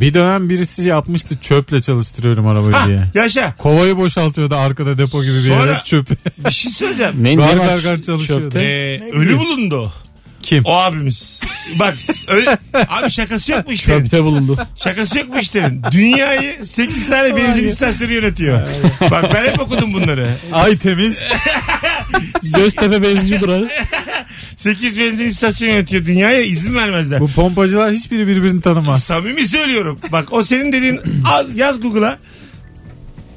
[SPEAKER 4] Bir dönem birisi yapmıştı çöple çalıştırıyorum arabayı diye.
[SPEAKER 2] Yaşa.
[SPEAKER 4] Kovayı boşaltıyordu arkada depo gibi bir yere [LAUGHS]
[SPEAKER 2] Sonra-
[SPEAKER 4] çöp.
[SPEAKER 2] Bir şey söyleyeceğim.
[SPEAKER 3] Ne, ne
[SPEAKER 4] Gar
[SPEAKER 3] var
[SPEAKER 4] gar gar çalışıyor.
[SPEAKER 3] çöpte?
[SPEAKER 2] Ee, ölü bulundu o.
[SPEAKER 4] Kim?
[SPEAKER 2] O abimiz. Bak öyle, abi şakası yok mu işlerin?
[SPEAKER 3] Çöpte
[SPEAKER 2] [LAUGHS]
[SPEAKER 3] bulundu.
[SPEAKER 2] Şakası yok mu işlerin? Dünyayı 8 tane benzin istasyonu yönetiyor. Bak ben hep okudum bunları.
[SPEAKER 4] Ay temiz.
[SPEAKER 3] Göztepe benzinci durağı.
[SPEAKER 2] 8 benzin istasyonu yönetiyor dünyaya izin vermezler.
[SPEAKER 4] Bu pompacılar hiçbiri birbirini tanımaz.
[SPEAKER 2] Samimi söylüyorum. Bak o senin dediğin az yaz Google'a.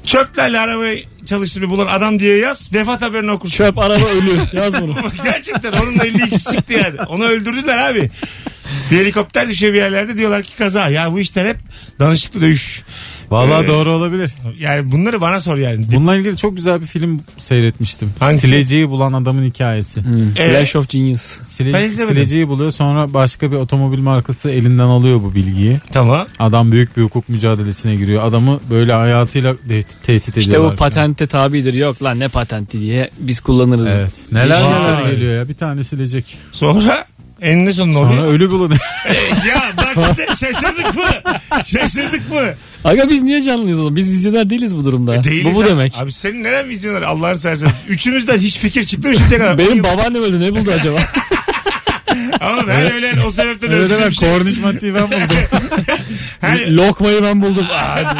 [SPEAKER 2] Çöplerle arabayı çalıştırmayı bulan adam diye yaz. Vefat haberini okursun.
[SPEAKER 3] Çöp araba ölü. Yaz bunu.
[SPEAKER 2] Gerçekten onun da 52'si çıktı yani. Onu öldürdüler abi. Bir helikopter düşüyor bir yerlerde diyorlar ki kaza. Ya bu işler hep danışıklı dövüş.
[SPEAKER 4] Vallahi
[SPEAKER 2] Ee,
[SPEAKER 4] doğru olabilir.
[SPEAKER 2] Yani bunları bana sor yani.
[SPEAKER 4] Bununla ilgili çok güzel bir film seyretmiştim.
[SPEAKER 2] Hangisi?
[SPEAKER 4] Sileceği bulan adamın hikayesi.
[SPEAKER 2] [LAUGHS] Evet.
[SPEAKER 3] Flash of Genius.
[SPEAKER 4] Sile-
[SPEAKER 2] Ben izlemedim.
[SPEAKER 4] sileceği buluyor sonra başka bir otomobil markası elinden alıyor bu bilgiyi.
[SPEAKER 2] Tamam.
[SPEAKER 4] Adam büyük bir hukuk mücadelesine giriyor. Adamı böyle hayatıyla de- tehdit ediyorlar.
[SPEAKER 3] İşte bu
[SPEAKER 4] falan.
[SPEAKER 3] patente tabidir. Yok lan ne patenti diye biz kullanırız.
[SPEAKER 4] Evet. Neler
[SPEAKER 2] Vay.
[SPEAKER 4] neler geliyor ya. Bir tane silecek.
[SPEAKER 2] Sonra eninde sonunda
[SPEAKER 4] Sonra
[SPEAKER 2] oluyor.
[SPEAKER 4] ölü [LAUGHS] bulunuyor.
[SPEAKER 2] ya bak işte şaşırdık mı? Şaşırdık mı?
[SPEAKER 3] Aga biz niye canlıyız o zaman? Biz vizyoner değiliz bu durumda.
[SPEAKER 2] E, Değiliz
[SPEAKER 3] bu bu
[SPEAKER 2] ha.
[SPEAKER 3] demek.
[SPEAKER 2] Abi senin neden videoları Allah'ını seversen. Üçümüzden hiç fikir çıktı mı şimdiye kadar?
[SPEAKER 3] Benim babaannem öldü ne buldu acaba?
[SPEAKER 2] Ama ben öyle o sebepten
[SPEAKER 4] Öyle şey,
[SPEAKER 2] öldürdüm.
[SPEAKER 4] deme. Korniş maddeyi ben buldum. [LAUGHS]
[SPEAKER 2] Her,
[SPEAKER 3] Lokmayı ben buldum. Aa,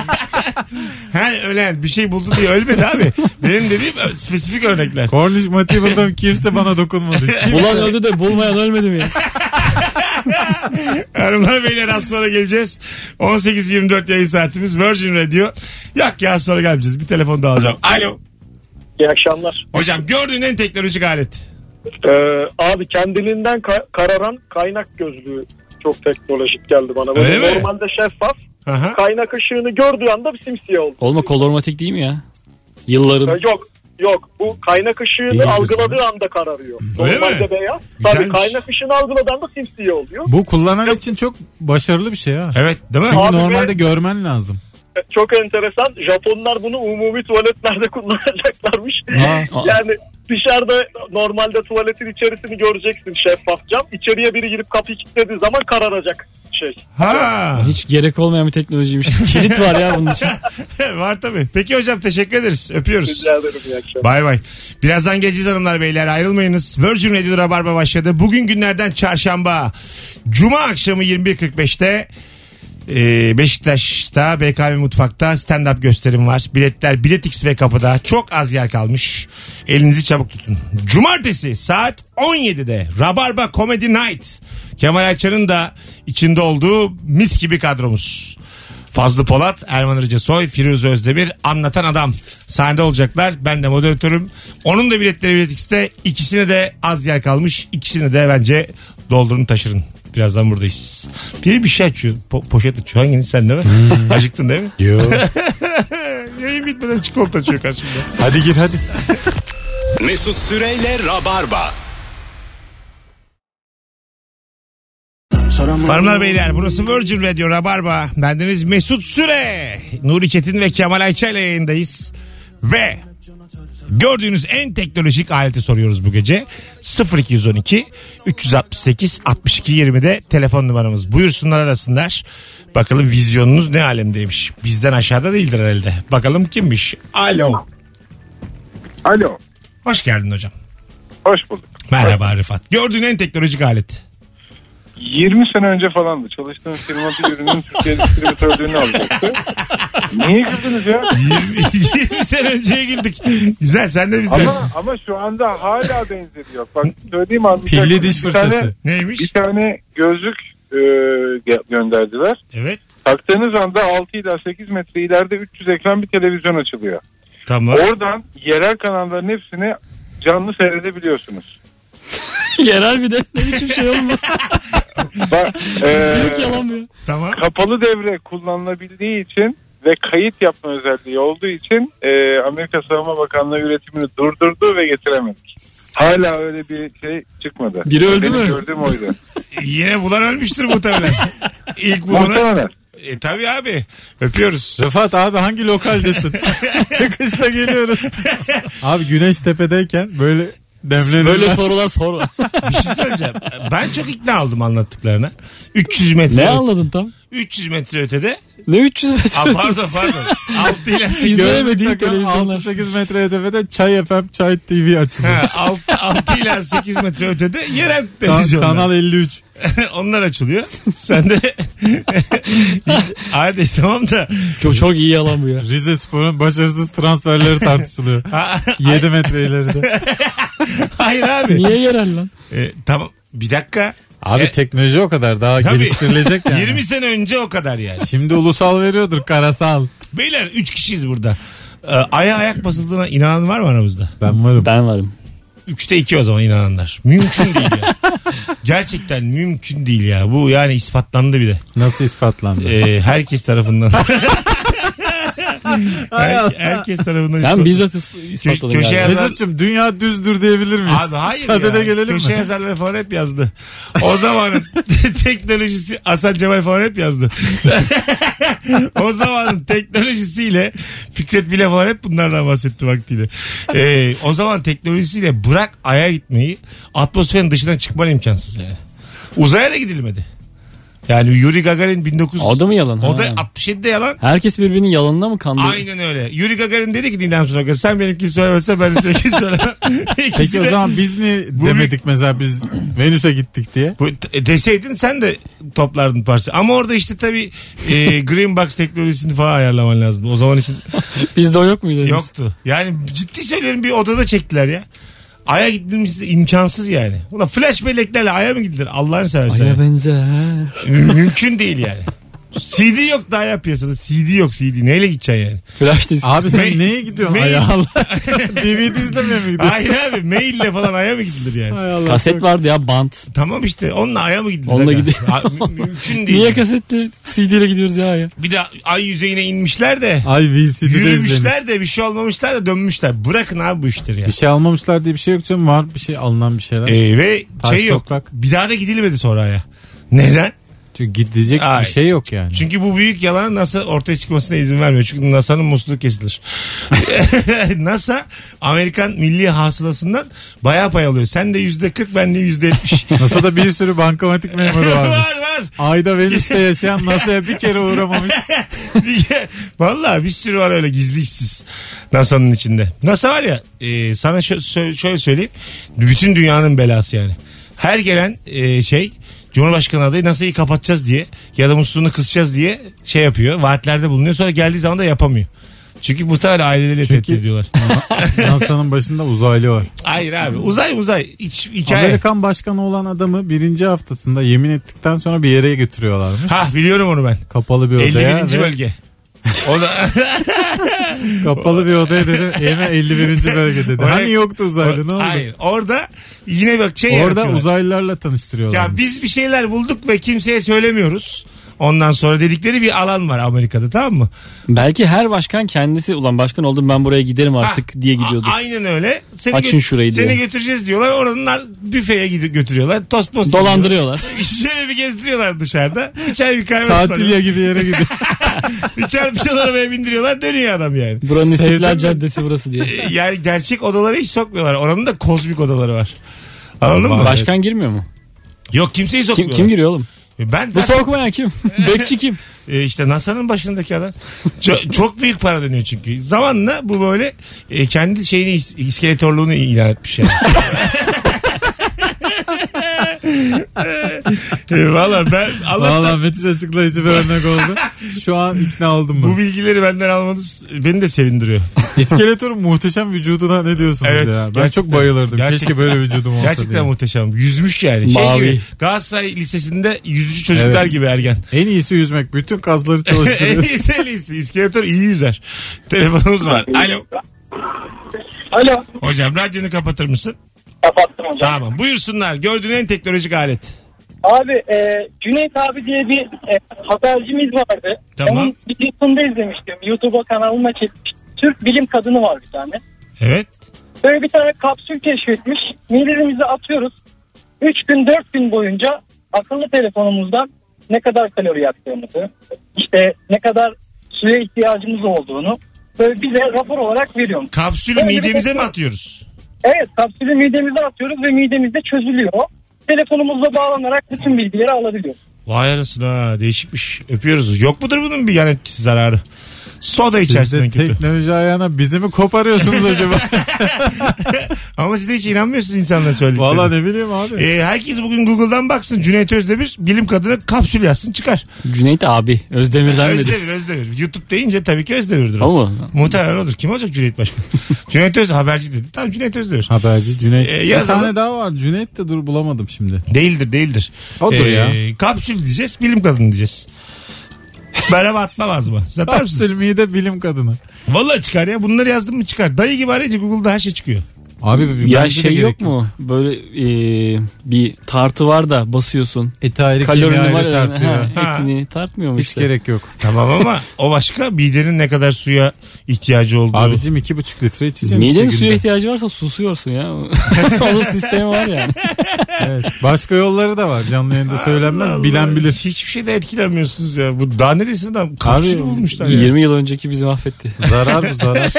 [SPEAKER 2] her ölen bir şey buldu diye ölmedi abi. Benim dediğim spesifik örnekler.
[SPEAKER 4] Korniş maddeyi buldum. Kimse bana dokunmadı. Kim-
[SPEAKER 3] Bulan öldü de bulmayan ölmedi mi ya?
[SPEAKER 2] Hanımlar beyler az sonra geleceğiz. 18.24 yayın saatimiz Virgin Radio. Yok ya az sonra gelmeyeceğiz. Bir telefon daha alacağım. Alo.
[SPEAKER 10] İyi akşamlar. Ee,
[SPEAKER 2] Hocam gördüğün en teknolojik alet.
[SPEAKER 10] abi kendiliğinden kararan kaynak gözlüğü çok teknolojik geldi bana.
[SPEAKER 2] Böyle Öyle mi?
[SPEAKER 10] normalde şeffaf
[SPEAKER 2] Aha.
[SPEAKER 10] kaynak ışığını gördüğü anda simsiyah oldu.
[SPEAKER 3] Olma kolormatik değil mi ya? Yılların.
[SPEAKER 10] Ya Yok yok bu kaynak ışığını
[SPEAKER 4] Değil
[SPEAKER 10] algıladığı anda kararıyor.
[SPEAKER 2] Öyle
[SPEAKER 10] Normalde
[SPEAKER 2] mi?
[SPEAKER 10] beyaz. Tabii
[SPEAKER 2] Güzelmiş.
[SPEAKER 10] kaynak ışığını algıladığı anda simsiyah oluyor.
[SPEAKER 4] Bu kullanan için çok başarılı bir şey ha.
[SPEAKER 2] Evet değil mi?
[SPEAKER 4] Çünkü
[SPEAKER 10] Abi
[SPEAKER 4] normalde
[SPEAKER 10] ve-
[SPEAKER 4] görmen lazım.
[SPEAKER 10] Ee, Çok enteresan Japonlar bunu umumi tuvaletlerde [LAUGHS] kullanacaklarmış.
[SPEAKER 3] Aa, aa.
[SPEAKER 10] yani dışarıda normalde tuvaletin içerisini göreceksin şeffaf cam. İçeriye biri girip kapıyı kilitlediği zaman kararacak şey.
[SPEAKER 2] Ha.
[SPEAKER 3] Hiç gerek olmayan bir teknolojiymiş. Kilit var ya bunun [LAUGHS] için.
[SPEAKER 2] [LAUGHS] Var tabii. Peki hocam teşekkür ederiz. Öpüyoruz.
[SPEAKER 10] Rica ederim iyi akşamlar.
[SPEAKER 2] Bay bay. Birazdan geleceğiz hanımlar beyler ayrılmayınız. Virgin Radio Rabarba başladı. Bugün günlerden çarşamba. Cuma akşamı 21.45'te e, Beşiktaş'ta BKM Mutfak'ta stand-up gösterim var. Biletler Biletix ve kapıda. Çok az yer kalmış. Elinizi çabuk tutun. Cumartesi saat 17'de Rabarba Comedy Night. Kemal Ayça'nın da içinde olduğu mis gibi kadromuz. Fazlı Polat, Erman Rıca Soy, Firuze Özdemir, Anlatan Adam sahnede olacaklar. Ben de moderatörüm. Onun da biletleri biletikste. İkisine de az yer kalmış. İkisini de bence doldurun taşırın. Birazdan buradayız. Biri bir şey açıyor. Po- poşet açıyor. Hanginiz sen değil mi? Acıktın değil mi? [LAUGHS]
[SPEAKER 4] Yo.
[SPEAKER 2] Yayın bitmeden çikolata açıyor karşımda.
[SPEAKER 4] hadi gir hadi.
[SPEAKER 5] Mesut Süreyle Rabarba.
[SPEAKER 2] Hanımlar beyler burası Virgin Radio Rabarba. Bendeniz Mesut Süre. Nuri Çetin ve Kemal Ayça ile yayındayız. Ve gördüğünüz en teknolojik aleti soruyoruz bu gece. 0212 368 62 20'de telefon numaramız. Buyursunlar arasınlar. Bakalım vizyonunuz ne alemdeymiş. Bizden aşağıda değildir herhalde. Bakalım kimmiş? Alo.
[SPEAKER 11] Alo.
[SPEAKER 2] Hoş geldin hocam.
[SPEAKER 11] Hoş bulduk.
[SPEAKER 2] Merhaba Rıfat. Gördüğün en teknolojik alet.
[SPEAKER 11] 20 sene önce falandı. Çalıştığım firma bir ürünün Türkiye distribütörlüğünü
[SPEAKER 2] [LAUGHS]
[SPEAKER 11] alacaktı. Niye güldünüz ya?
[SPEAKER 2] 20, 20 sene önceye girdik. Güzel sen de bizden. [LAUGHS]
[SPEAKER 11] Ama, ama şu anda hala benzeri yok. Bak söyleyeyim anlayacaksınız.
[SPEAKER 4] Pilli diş
[SPEAKER 11] Bir tane-
[SPEAKER 4] fırçası.
[SPEAKER 2] Neymiş?
[SPEAKER 11] Bir tane gözlük e, ge- gönderdiler.
[SPEAKER 2] Evet.
[SPEAKER 11] Taktığınız anda 6 ila 8 metre ileride 300 ekran bir televizyon açılıyor.
[SPEAKER 2] Tamam.
[SPEAKER 11] Oradan yerel kanalların hepsini canlı seyredebiliyorsunuz.
[SPEAKER 3] Yerel bir de. Ne biçim şey olma.
[SPEAKER 11] Bak,
[SPEAKER 5] Ee,
[SPEAKER 11] e,
[SPEAKER 3] Büyük yalan bu ya.
[SPEAKER 2] Tamam.
[SPEAKER 11] kapalı devre kullanılabildiği için ve kayıt yapma özelliği olduğu için e, Amerika Savunma Bakanlığı üretimini durdurdu ve getiremedik. Hala öyle bir şey çıkmadı.
[SPEAKER 3] Biri öldü
[SPEAKER 11] Benim
[SPEAKER 3] mü?
[SPEAKER 11] gördüğüm oydu.
[SPEAKER 2] Yine bulan ölmüştür muhtemelen. İlk bulana.
[SPEAKER 11] Muhtemelen.
[SPEAKER 2] E tabi abi. Öpüyoruz.
[SPEAKER 4] Rıfat abi hangi lokaldesin? Çıkışta geliyoruz. abi güneş tepedeyken böyle demlenir. [LAUGHS]
[SPEAKER 3] Böyle sorular sorma.
[SPEAKER 2] Bir şey söyleyeceğim. Ben çok ikna oldum anlattıklarına. 300 metre.
[SPEAKER 3] ne anladın tam?
[SPEAKER 2] 300 metre ötede.
[SPEAKER 3] Ne 300 metre?
[SPEAKER 2] Aa, pardon pardon. 6 ile 8.
[SPEAKER 3] İzleyemediğin televizyonlar.
[SPEAKER 4] 6-8 metre tepede Çay FM, Çay TV açılıyor.
[SPEAKER 2] 6, 6 ile 8 metre ötede yerel
[SPEAKER 4] Kan-
[SPEAKER 2] [LAUGHS] televizyonlar.
[SPEAKER 4] Kanal 53.
[SPEAKER 2] Onlar açılıyor. Sen de hadi tamam da
[SPEAKER 3] Çok, çok iyi yalan bu ya.
[SPEAKER 4] Rize Spor'un başarısız transferleri tartışılıyor.
[SPEAKER 2] Ha,
[SPEAKER 4] 7 metre ileride.
[SPEAKER 2] hayır abi.
[SPEAKER 3] Niye yerel lan?
[SPEAKER 2] E, tamam bir dakika.
[SPEAKER 4] Abi
[SPEAKER 2] E,
[SPEAKER 4] teknoloji o kadar daha
[SPEAKER 2] Tabii.
[SPEAKER 4] geliştirilecek yani.
[SPEAKER 2] 20 sene önce o kadar yani.
[SPEAKER 4] Şimdi ulusal veriyordur karasal.
[SPEAKER 2] Beyler 3 kişiyiz burada. Ee, aya ayak basıldığına inanan var mı aramızda?
[SPEAKER 4] Ben varım.
[SPEAKER 3] Ben varım.
[SPEAKER 2] 3'te 2 o zaman inananlar. Mümkün değil ya. Gerçekten mümkün değil ya. Bu yani ispatlandı bir de.
[SPEAKER 4] Nasıl ispatlandı?
[SPEAKER 2] Ee, herkes tarafından. Her- herkes tarafından
[SPEAKER 3] Sen
[SPEAKER 2] ispatlandı.
[SPEAKER 3] bizzat isp- ispatladın
[SPEAKER 2] köşeye
[SPEAKER 3] galiba.
[SPEAKER 2] yazar-
[SPEAKER 4] Mesut'cum dünya düzdür diyebilir miyiz?
[SPEAKER 2] Abi hayır
[SPEAKER 4] Sadede
[SPEAKER 2] ya.
[SPEAKER 4] gelelim
[SPEAKER 2] Köşe
[SPEAKER 4] mi?
[SPEAKER 2] yazarları falan hep yazdı. O zamanın [LAUGHS] teknolojisi Hasan Cemal falan hep yazdı. [LAUGHS] o zamanın teknolojisiyle Fikret Bile falan hep bunlardan bahsetti vaktiyle. Ee, o zaman teknolojisiyle bırak aya gitmeyi atmosferin dışına çıkman imkansız yani. Uzaya da gidilmedi. Yani Yuri Gagarin 1900...
[SPEAKER 3] O da mı yalan?
[SPEAKER 2] O da
[SPEAKER 3] Ha.
[SPEAKER 2] 67'de yalan.
[SPEAKER 3] Herkes birbirinin yalanına mı kandı?
[SPEAKER 2] Aynen öyle. Yuri Gagarin dedi ki dinlen sonra sen benimkini söylemezsen ben
[SPEAKER 3] [LAUGHS]
[SPEAKER 2] de seninkini söylemem. İkisi
[SPEAKER 4] Peki o
[SPEAKER 2] de-
[SPEAKER 4] zaman biz niye demedik mesela biz Venüs'e gittik diye?
[SPEAKER 2] Bu- e, Deseydin sen de toplardın parça. Ama orada işte tabii
[SPEAKER 3] [LAUGHS]
[SPEAKER 2] e, Green Box teknolojisini falan ayarlaman lazım. O zaman için
[SPEAKER 3] Bizde o yok muydu? henüz?
[SPEAKER 2] yoktu. Yani ciddi söylüyorum bir odada çektiler ya. Aya gidilmesi imkansız yani. Ulan flash belleklerle aya mı gidilir? Allah'ını seversen.
[SPEAKER 3] Aya benzer.
[SPEAKER 2] Mü- Mümkün değil yani. CD yok daha ya piyasada. CD yok CD. Neyle gideceksin yani?
[SPEAKER 3] Flash disk.
[SPEAKER 4] Abi sen
[SPEAKER 2] Mail-
[SPEAKER 4] neye gidiyorsun?
[SPEAKER 2] Mail-
[SPEAKER 4] Hay
[SPEAKER 2] [LAUGHS]
[SPEAKER 4] Allah. DVD izlemeye mi gidiyorsun?
[SPEAKER 2] Hayır abi maille falan aya mı gidilir yani?
[SPEAKER 4] Hay Allah.
[SPEAKER 3] Kaset vardı ya bant.
[SPEAKER 2] Tamam işte onunla aya mı gidilir?
[SPEAKER 3] Onunla
[SPEAKER 2] aga?
[SPEAKER 3] gidiyor.
[SPEAKER 2] Ha,
[SPEAKER 3] [LAUGHS]
[SPEAKER 2] mü- mümkün değil.
[SPEAKER 3] Niye kasette CD ile gidiyoruz ya ya?
[SPEAKER 2] Bir de ay yüzeyine inmişler de.
[SPEAKER 4] Ay VCD'de izlemiş.
[SPEAKER 2] Yürümüşler de bir şey olmamışlar da dönmüşler. Bırakın abi bu işleri ya.
[SPEAKER 4] Bir şey almamışlar diye bir şey yok canım. Var bir şey alınan bir şeyler.
[SPEAKER 2] Ee, ve
[SPEAKER 4] Taş
[SPEAKER 2] şey yok.
[SPEAKER 4] toprak.
[SPEAKER 2] Bir daha da gidilmedi sonra ya. Neden?
[SPEAKER 4] Çünkü gidecek
[SPEAKER 2] Ay.
[SPEAKER 4] bir şey yok yani.
[SPEAKER 2] Çünkü bu büyük yalan NASA ortaya çıkmasına izin vermiyor. Çünkü NASA'nın musluğu [LAUGHS] kesilir. NASA Amerikan milli hasılasından bayağı pay alıyor. Sen de yüzde 40 ben de yüzde 70.
[SPEAKER 4] NASA'da bir sürü
[SPEAKER 2] [LAUGHS]
[SPEAKER 4] bankamatik memuru varmış.
[SPEAKER 2] var var.
[SPEAKER 4] Ayda Venüs'te yaşayan NASA'ya bir kere uğramamış.
[SPEAKER 2] [LAUGHS] Valla bir sürü var öyle gizli işsiz NASA'nın içinde. NASA var ya e, sana şö- sö- şöyle söyleyeyim. Bütün dünyanın belası yani. Her gelen e, şey Cumhurbaşkanı adayı NASA'yı kapatacağız diye ya da musluğunu kısacağız diye şey yapıyor. Vaatlerde bulunuyor sonra geldiği zaman da yapamıyor. Çünkü muhtemelen aileleri
[SPEAKER 4] [LAUGHS]
[SPEAKER 2] tehdit ediyorlar.
[SPEAKER 4] NASA'nın başında uzaylı var.
[SPEAKER 2] Hayır abi uzay uzay. İç, hikaye.
[SPEAKER 4] Amerikan başkanı olan adamı birinci haftasında yemin ettikten sonra bir yere götürüyorlarmış.
[SPEAKER 2] Ha biliyorum onu ben.
[SPEAKER 4] Kapalı bir odaya.
[SPEAKER 2] 51.
[SPEAKER 4] ve-
[SPEAKER 2] bölge. O da
[SPEAKER 4] Kapalı bir odaya dedi. Eve
[SPEAKER 2] [LAUGHS]
[SPEAKER 4] 51. bölge dedi.
[SPEAKER 2] Oraya-
[SPEAKER 4] Hani yoktu uzaylı ne oldu?
[SPEAKER 2] Hayır. Orada yine bak şey
[SPEAKER 4] Orada
[SPEAKER 2] yaratıyorlar.
[SPEAKER 4] uzaylılarla tanıştırıyorlar.
[SPEAKER 2] Ya biz bir şeyler bulduk ve kimseye söylemiyoruz. Ondan sonra dedikleri bir alan var Amerika'da tamam mı?
[SPEAKER 3] Belki her başkan kendisi ulan başkan oldum ben buraya giderim artık
[SPEAKER 2] Ha,
[SPEAKER 3] diye gidiyordu.
[SPEAKER 2] a- aynen öyle. Seni
[SPEAKER 3] Açın
[SPEAKER 2] gö-
[SPEAKER 3] şurayı
[SPEAKER 2] Seni
[SPEAKER 3] diye.
[SPEAKER 2] götüreceğiz diyorlar. Oranlar büfeye gidip götürüyorlar. Tost
[SPEAKER 3] [LAUGHS]
[SPEAKER 2] post
[SPEAKER 3] Dolandırıyorlar.
[SPEAKER 2] yapıyorlar. [LAUGHS] Şöyle bir gezdiriyorlar dışarıda. Bir çay bir kahve ısmarlıyor.
[SPEAKER 4] Tatilya gibi yere gidiyor.
[SPEAKER 2] Bir çay bir şeyler arabaya bindiriyorlar. Dönüyor adam yani.
[SPEAKER 3] [LAUGHS]
[SPEAKER 2] E,
[SPEAKER 3] Buranın
[SPEAKER 4] Sevdin
[SPEAKER 3] İstiklal
[SPEAKER 4] mi?
[SPEAKER 3] Caddesi burası
[SPEAKER 2] [LAUGHS]
[SPEAKER 3] diye.
[SPEAKER 2] Yani gerçek odalara hiç sokmuyorlar. Oranın da kozmik odaları var. Anladın mı?
[SPEAKER 3] Başkan girmiyor mu?
[SPEAKER 2] Yok kimseyi
[SPEAKER 3] Kim,
[SPEAKER 2] sokmuyorlar. E,
[SPEAKER 3] kim giriyor oğlum?
[SPEAKER 2] Ben
[SPEAKER 3] Bu
[SPEAKER 2] zaten
[SPEAKER 3] soğukmayan
[SPEAKER 2] [LAUGHS]
[SPEAKER 3] kim? Bekçi kim?
[SPEAKER 2] E, işte NASA'nın başındaki adam. Çok, çok büyük para dönüyor çünkü. Zamanla bu böyle e, kendi şeyini is- iskeletorluğunu ilan etmiş yani. e, Valla ben Allah'tan
[SPEAKER 4] Valla Metin açıklayıcı bir örnek oldu.
[SPEAKER 2] [LAUGHS]
[SPEAKER 4] Şu an ikna oldum ben.
[SPEAKER 2] bu bilgileri benden almanız beni de sevindiriyor.
[SPEAKER 4] İskeletorun muhteşem vücuduna ne diyorsunuz
[SPEAKER 2] Evet,
[SPEAKER 4] ya? Ben
[SPEAKER 2] gerçekten.
[SPEAKER 4] çok bayılırdım.
[SPEAKER 2] Gerçekten.
[SPEAKER 4] Keşke böyle vücudum olsa
[SPEAKER 2] Gerçekten
[SPEAKER 4] diye.
[SPEAKER 2] muhteşem. Yüzmüş yani. Şey
[SPEAKER 3] Mavi.
[SPEAKER 2] gibi, Galatasaray Lisesi'nde yüzücü çocuklar
[SPEAKER 4] Evet.
[SPEAKER 2] gibi ergen.
[SPEAKER 4] En iyisi yüzmek. Bütün
[SPEAKER 2] [LAUGHS]
[SPEAKER 4] kasları
[SPEAKER 2] en
[SPEAKER 4] çalıştırıyor.
[SPEAKER 2] iyisi en iyisi. İskeletor iyi yüzer. Telefonumuz var. Alo.
[SPEAKER 12] Alo.
[SPEAKER 2] Hocam radyonu kapatır mısın?
[SPEAKER 12] Kapattım hocam.
[SPEAKER 2] Tamam. Buyursunlar. Gördüğün en teknolojik alet.
[SPEAKER 12] Abi e, Cüneyt abi diye bir e, habercimiz vardı.
[SPEAKER 2] Tamam.
[SPEAKER 12] Onun videosunda izlemiştim. YouTube'a kanalına çekmiş. Türk bilim kadını var bir tane.
[SPEAKER 2] Evet.
[SPEAKER 12] Böyle bir tane kapsül keşfetmiş. Milerimizi atıyoruz. 3 gün 4 gün boyunca akıllı telefonumuzdan ne kadar kalori yaktığımızı, işte ne kadar suya ihtiyacımız olduğunu böyle bize rapor olarak veriyor.
[SPEAKER 2] Kapsülü
[SPEAKER 12] Öyle
[SPEAKER 2] midemize
[SPEAKER 12] bir-
[SPEAKER 2] mi atıyoruz?
[SPEAKER 12] Evet kapsülü midemize atıyoruz ve midemizde çözülüyor. Telefonumuzla bağlanarak bütün bilgileri alabiliyoruz.
[SPEAKER 2] Vay anasına değişikmiş. Öpüyoruz. Yok mudur bunun bir yan etkisi zararı? Soda
[SPEAKER 4] Siz de
[SPEAKER 2] içerisinden kötü.
[SPEAKER 4] teknoloji ayağına bizi mi koparıyorsunuz
[SPEAKER 2] [LAUGHS]
[SPEAKER 4] acaba?
[SPEAKER 2] Ama siz de hiç inanmıyorsunuz insanların söylediklerine.
[SPEAKER 4] Valla ne bileyim abi.
[SPEAKER 2] Ee, herkes bugün Google'dan baksın. Cüneyt Özdemir bilim kadını kapsül yazsın çıkar.
[SPEAKER 3] Cüneyt abi. Özdemir'den mi?
[SPEAKER 2] Özdemir Özdemir. YouTube deyince tabii ki Özdemir'dir. o.
[SPEAKER 3] Ama
[SPEAKER 2] Muhtemelen odur. Kim olacak
[SPEAKER 4] [LAUGHS]
[SPEAKER 2] Cüneyt Başkan? Cüneyt Özdemir haberci dedi. Tamam Cüneyt Özdemir.
[SPEAKER 4] Haberci Cüneyt.
[SPEAKER 2] Ee,
[SPEAKER 4] bir
[SPEAKER 2] yazalım.
[SPEAKER 4] tane daha var. Cüneyt de dur bulamadım şimdi.
[SPEAKER 2] Değildir değildir. Ee,
[SPEAKER 4] Odur ya.
[SPEAKER 2] Kapsül diyeceğiz bilim kadını diyeceğiz. Merhaba atma mı? Satar mısınız?
[SPEAKER 4] Kapsül mide bilim kadını.
[SPEAKER 2] Vallahi çıkar ya. Bunları yazdım mı çıkar. Dayı gibi arayınca Google'da her şey çıkıyor.
[SPEAKER 4] Abi bence
[SPEAKER 3] ya
[SPEAKER 4] de
[SPEAKER 3] şey
[SPEAKER 4] gerek
[SPEAKER 3] yok mu? Böyle e, bir tartı var da basıyorsun.
[SPEAKER 4] Etairi
[SPEAKER 3] Kalorini var
[SPEAKER 4] E, kimyayla
[SPEAKER 3] ya.
[SPEAKER 4] tartıyor.
[SPEAKER 3] ha, Etini tartmıyor mu
[SPEAKER 4] Hiç
[SPEAKER 3] işte?
[SPEAKER 4] gerek yok.
[SPEAKER 2] Tamam ama o başka. Midenin ne kadar suya ihtiyacı olduğu.
[SPEAKER 4] Abicim iki buçuk litre içeceksin
[SPEAKER 3] Midenin
[SPEAKER 4] işte
[SPEAKER 3] suya
[SPEAKER 4] günde.
[SPEAKER 3] ihtiyacı varsa
[SPEAKER 4] [LAUGHS]
[SPEAKER 3] susuyorsun ya. Onun sistemi var yani.
[SPEAKER 4] Evet. Başka yolları da var. Canlı yayında söylenmez.
[SPEAKER 2] Allah
[SPEAKER 4] bilen
[SPEAKER 2] Allah.
[SPEAKER 4] bilir.
[SPEAKER 2] Hiçbir şeyde etkilenmiyorsunuz ya. Bu daha ne desin adam? Kapsül
[SPEAKER 4] Abi,
[SPEAKER 2] şey bulmuşlar ya.
[SPEAKER 3] 20 yıl önceki bizi mahvetti.
[SPEAKER 4] Zarar bu zarar.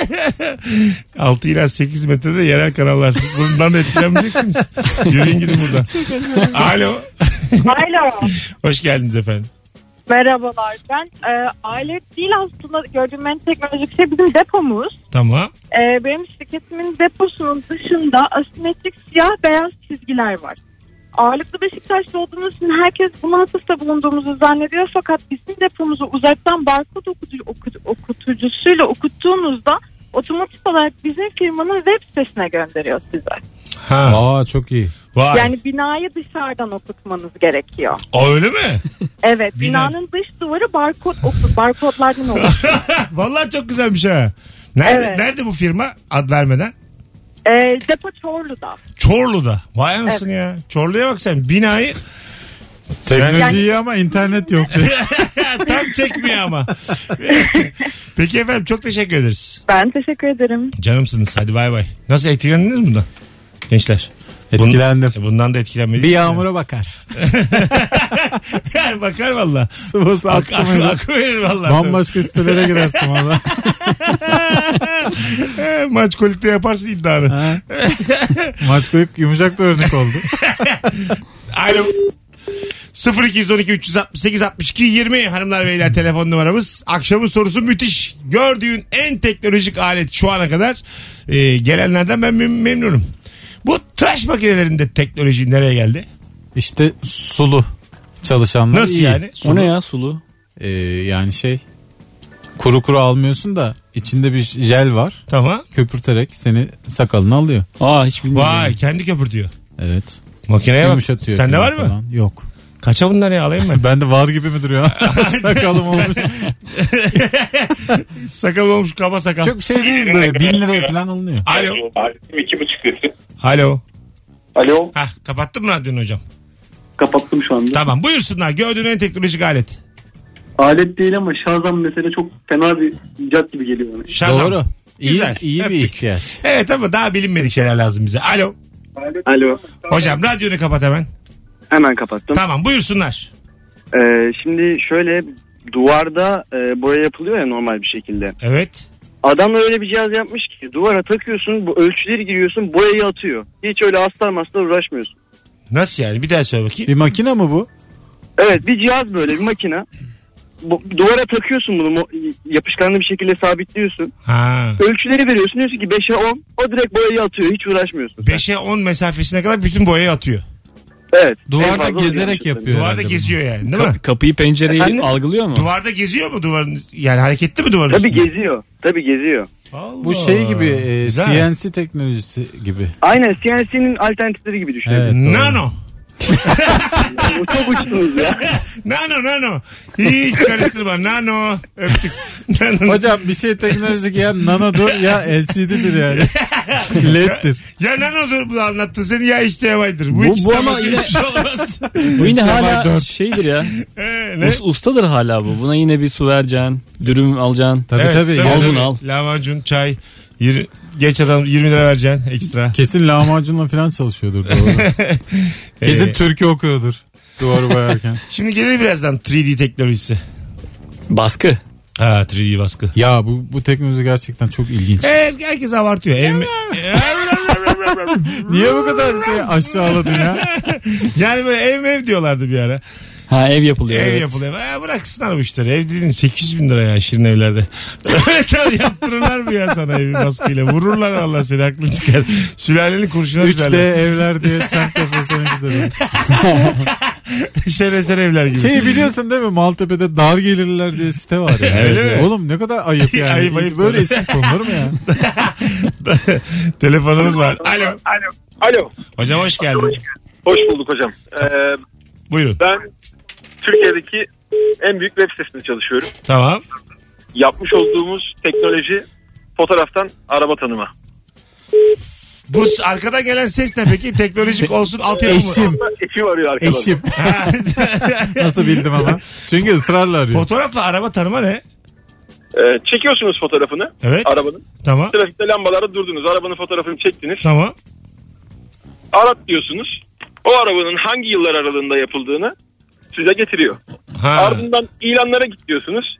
[SPEAKER 2] 6 ila 8 metrede yerel kanallar. Bundan
[SPEAKER 4] [LAUGHS]
[SPEAKER 2] da etkilenmeyeceksiniz. Yürüyün gidin buradan. Alo.
[SPEAKER 13] Alo.
[SPEAKER 2] Hoş geldiniz efendim.
[SPEAKER 13] Merhabalar. Ben e, alet değil aslında gördüğüm en teknolojik şey bizim depomuz.
[SPEAKER 2] Tamam.
[SPEAKER 13] E, benim şirketimin deposunun dışında asimetrik siyah beyaz çizgiler var. Ağırlıklı Beşiktaşlı olduğumuz için herkes bunu hafızda bulunduğumuzu zannediyor. Fakat bizim depomuzu uzaktan barkod okutu- oku- okutucusuyla okuttuğunuzda otomatik olarak bizim firmanın web sitesine gönderiyor size.
[SPEAKER 2] Ha.
[SPEAKER 4] [LAUGHS] Aa çok iyi.
[SPEAKER 2] Vay.
[SPEAKER 13] Yani binayı dışarıdan okutmanız gerekiyor.
[SPEAKER 2] Aa, öyle mi? [LAUGHS]
[SPEAKER 13] Evet,
[SPEAKER 2] Bina-
[SPEAKER 13] binanın dış duvarı barkod oku, barkodlardan oluşuyor.
[SPEAKER 2] Vallahi çok güzelmiş ha. Nerede,
[SPEAKER 13] Evet.
[SPEAKER 2] nerede bu firma ad vermeden?
[SPEAKER 13] Ee, depo Çorlu'da.
[SPEAKER 2] Çorlu'da. Vay anasını ya. Çorlu'ya bak sen binayı
[SPEAKER 4] Teknoloji iyi ama internet yok.
[SPEAKER 2] [LAUGHS] tam
[SPEAKER 13] [LAUGHS]
[SPEAKER 2] çekmiyor ama. Peki efendim çok teşekkür ederiz.
[SPEAKER 13] Ben teşekkür ederim.
[SPEAKER 2] Canımsınız hadi bay bay. Nasıl etkilendiniz bundan gençler?
[SPEAKER 4] Etkilendim.
[SPEAKER 2] E, Bundan da etkilenmedi.
[SPEAKER 4] Bir yağmura bakar.
[SPEAKER 2] [LAUGHS] Bakar valla.
[SPEAKER 4] Sıvası
[SPEAKER 2] Ak, ak, [LAUGHS]
[SPEAKER 4] aklıma.
[SPEAKER 2] akı verir
[SPEAKER 4] [LAUGHS]
[SPEAKER 2] valla.
[SPEAKER 4] Bambaşka sitelere girersin valla.
[SPEAKER 2] Maç kolikte yaparsın iddianı.
[SPEAKER 4] Ha? Maç koyuk yumuşak bir örnek oldu.
[SPEAKER 2] Alo. 0212 368 62 20 hanımlar beyler telefon numaramız. Akşamın sorusu müthiş. Gördüğün en teknolojik alet şu ana kadar e, gelenlerden ben mem- memnunum. Bu tıraş makinelerinde teknoloji nereye geldi?
[SPEAKER 4] İşte sulu çalışanlar
[SPEAKER 2] Nasıl
[SPEAKER 4] iyi.
[SPEAKER 2] yani?
[SPEAKER 3] O ne ya sulu?
[SPEAKER 4] Ee, yani şey kuru kuru almıyorsun da içinde bir jel var.
[SPEAKER 2] Tamam.
[SPEAKER 4] Köpürterek seni sakalını alıyor.
[SPEAKER 3] Aa hiç bilmiyorum.
[SPEAKER 2] Vay kendi köpürtüyor.
[SPEAKER 4] Evet.
[SPEAKER 2] Makineye bak.
[SPEAKER 4] Yumuşatıyor.
[SPEAKER 2] Sende
[SPEAKER 4] falan
[SPEAKER 2] var mı?
[SPEAKER 4] falan. Yok. [LAUGHS]
[SPEAKER 2] Kaça bunları ya, alayım ben.
[SPEAKER 4] Ben de var gibi mi [LAUGHS] duruyor? Sakalım olmuş.
[SPEAKER 2] sakal olmuş kaba
[SPEAKER 4] [LAUGHS]
[SPEAKER 2] sakal.
[SPEAKER 4] Çok şey değil böyle bin liraya falan alınıyor.
[SPEAKER 2] Alo.
[SPEAKER 14] Aletim iki buçuk litre.
[SPEAKER 2] Alo.
[SPEAKER 15] Alo
[SPEAKER 2] Hah kapattın mı radyonu hocam?
[SPEAKER 15] kapattım şu anda.
[SPEAKER 2] Tamam buyursunlar gördüğün en teknolojik alet.
[SPEAKER 15] Alet değil ama şazam mesele çok fena bir icat gibi geliyor bana.
[SPEAKER 2] Şazam.
[SPEAKER 4] Doğru. İyi,
[SPEAKER 2] Güzel.
[SPEAKER 4] iyi bir
[SPEAKER 2] Öptük.
[SPEAKER 4] ihtiyaç.
[SPEAKER 2] Evet ama daha bilinmedik şeyler lazım bize. Alo.
[SPEAKER 15] Alo
[SPEAKER 2] Hocam radyonu kapat hemen.
[SPEAKER 15] hemen kapattım.
[SPEAKER 2] Tamam buyursunlar.
[SPEAKER 15] Ee, şimdi şöyle duvarda e, boya yapılıyor ya normal bir şekilde.
[SPEAKER 2] Evet.
[SPEAKER 15] Adam da öyle bir cihaz yapmış ki duvara takıyorsun bu ölçüleri giriyorsun boyayı atıyor. Hiç öyle astar mastar uğraşmıyorsun.
[SPEAKER 2] Nasıl yani? Bir daha söyle bakayım.
[SPEAKER 4] Bir makine mi bu?
[SPEAKER 15] Evet bir cihaz böyle bir makine. Bu, duvara takıyorsun bunu mo- yapışkanlı bir şekilde sabitliyorsun.
[SPEAKER 2] Ha.
[SPEAKER 15] Ölçüleri veriyorsun diyorsun ki 5'e 10 o direkt boyayı atıyor hiç uğraşmıyorsun. sen.
[SPEAKER 2] 5'e 10 mesafesine kadar bütün boyayı atıyor.
[SPEAKER 15] Evet. en
[SPEAKER 4] Duvarda
[SPEAKER 15] fazla onu
[SPEAKER 4] gezerek
[SPEAKER 15] yapıyorsun.
[SPEAKER 4] yapıyor.
[SPEAKER 2] Duvarda
[SPEAKER 4] herhalde bu.
[SPEAKER 2] geziyor yani değil mi?
[SPEAKER 3] Ka- kapıyı pencereyi
[SPEAKER 15] Efendim?
[SPEAKER 3] algılıyor mu?
[SPEAKER 2] Duvarda geziyor mu duvarın? Yani hareketli mi duvarın
[SPEAKER 15] Tabii
[SPEAKER 2] üstünde?
[SPEAKER 15] geziyor. Tabii geziyor.
[SPEAKER 2] Allah.
[SPEAKER 4] Bu şey gibi e,
[SPEAKER 2] Güzel.
[SPEAKER 4] CNC teknolojisi gibi.
[SPEAKER 15] Aynen CNC'nin alternatifleri gibi düşünebilirsin.
[SPEAKER 4] Evet, doğru.
[SPEAKER 2] Nano.
[SPEAKER 15] O çok uçtunuz ya.
[SPEAKER 2] Nano nano.
[SPEAKER 4] [LAUGHS]
[SPEAKER 2] Hiç karıştırma. Nano. Öptük. Nano.
[SPEAKER 4] Hocam bir şey teknolojik ya nanodur ya LCD'dir [LAUGHS] yani. E LED'dir.
[SPEAKER 2] Ya nanodur bu anlattın seni ya HDMI'dir. Bu,
[SPEAKER 3] Bu-
[SPEAKER 2] hiç
[SPEAKER 3] bu
[SPEAKER 2] tam
[SPEAKER 3] ama
[SPEAKER 2] öyle bir şey
[SPEAKER 4] [LAUGHS]
[SPEAKER 2] olmaz.
[SPEAKER 3] Bu yine hala
[SPEAKER 4] dört.
[SPEAKER 3] şeydir ya.
[SPEAKER 2] Ee, [LAUGHS] ne?
[SPEAKER 3] Us- ustadır hala bu. Buna yine bir su vereceksin. Dürüm alacaksın.
[SPEAKER 4] Tabii
[SPEAKER 2] Evet,
[SPEAKER 4] tabii.
[SPEAKER 3] Al
[SPEAKER 4] Yani
[SPEAKER 3] bunu al.
[SPEAKER 2] Lahmacun, çay. Yürü, geç adam 20 lira vereceksin ekstra.
[SPEAKER 4] Kesin lahmacunla falan çalışıyordur [LAUGHS] doğru. Kesin
[SPEAKER 2] Ee,
[SPEAKER 4] türkü okuyordur. Duvarı boyarken.
[SPEAKER 2] Şimdi gelir birazdan 3D teknolojisi.
[SPEAKER 3] Baskı.
[SPEAKER 2] Ha 3D baskı.
[SPEAKER 4] [LAUGHS] ya bu, bu teknoloji gerçekten çok ilginç.
[SPEAKER 2] Evet, E, herkes abartıyor. [LAUGHS] Ev-
[SPEAKER 4] [LAUGHS] Niye bu kadar şey aşağıladın ya?
[SPEAKER 2] yani böyle ev mev diyorlardı bir ara.
[SPEAKER 3] Ha ev yapılıyor.
[SPEAKER 2] Ev
[SPEAKER 3] evet.
[SPEAKER 2] yapılıyor. Ha, bıraksınlar bu işleri. Ev dediğin 800 bin lira ya şirin evlerde. [LAUGHS] Öyle sen yaptırırlar mı ya sana evi baskıyla? Vururlar Allah seni aklın çıkar. Sülalenin kurşuna
[SPEAKER 4] 3D
[SPEAKER 2] düşerler.
[SPEAKER 4] evler diye semt yapılsana
[SPEAKER 2] [LAUGHS]
[SPEAKER 4] güzel.
[SPEAKER 2] Şereser evler gibi.
[SPEAKER 4] Şey biliyorsun değil mi Maltepe'de dar gelirler diye site var [LAUGHS] ya.
[SPEAKER 2] Öyle mi?
[SPEAKER 4] Oğlum ne kadar [LAUGHS] ayıp yani.
[SPEAKER 2] Ayıp, ayıp.
[SPEAKER 4] Böyle isim konulur mu [LAUGHS] ya?
[SPEAKER 2] Telefonumuz var. Alo.
[SPEAKER 14] Alo. Alo.
[SPEAKER 2] Hocam hoş geldin.
[SPEAKER 14] Hoş bulduk hocam. Ee,
[SPEAKER 2] Buyurun.
[SPEAKER 14] ben Türkiye'deki en büyük web sitesinde çalışıyorum.
[SPEAKER 2] Tamam.
[SPEAKER 14] Yapmış olduğumuz teknoloji fotoğraftan araba tanıma.
[SPEAKER 2] Bu s- arkadan gelen ses ne peki? Teknolojik olsun altyapı mı?
[SPEAKER 4] [LAUGHS] Eşim.
[SPEAKER 14] Eşi arıyor arkadan.
[SPEAKER 4] Eşim. Nasıl bildim [LAUGHS] ama? Çünkü ısrarla arıyor.
[SPEAKER 2] Fotoğrafla araba tanıma ne?
[SPEAKER 14] Ee, çekiyorsunuz fotoğrafını
[SPEAKER 2] Evet.
[SPEAKER 14] arabanın.
[SPEAKER 2] Tamam.
[SPEAKER 14] Trafikte lambalarda durdunuz. Arabanın fotoğrafını çektiniz.
[SPEAKER 2] Tamam.
[SPEAKER 14] Arat diyorsunuz. O arabanın hangi yıllar aralığında yapıldığını size getiriyor.
[SPEAKER 2] Ha.
[SPEAKER 14] Ardından ilanlara git diyorsunuz.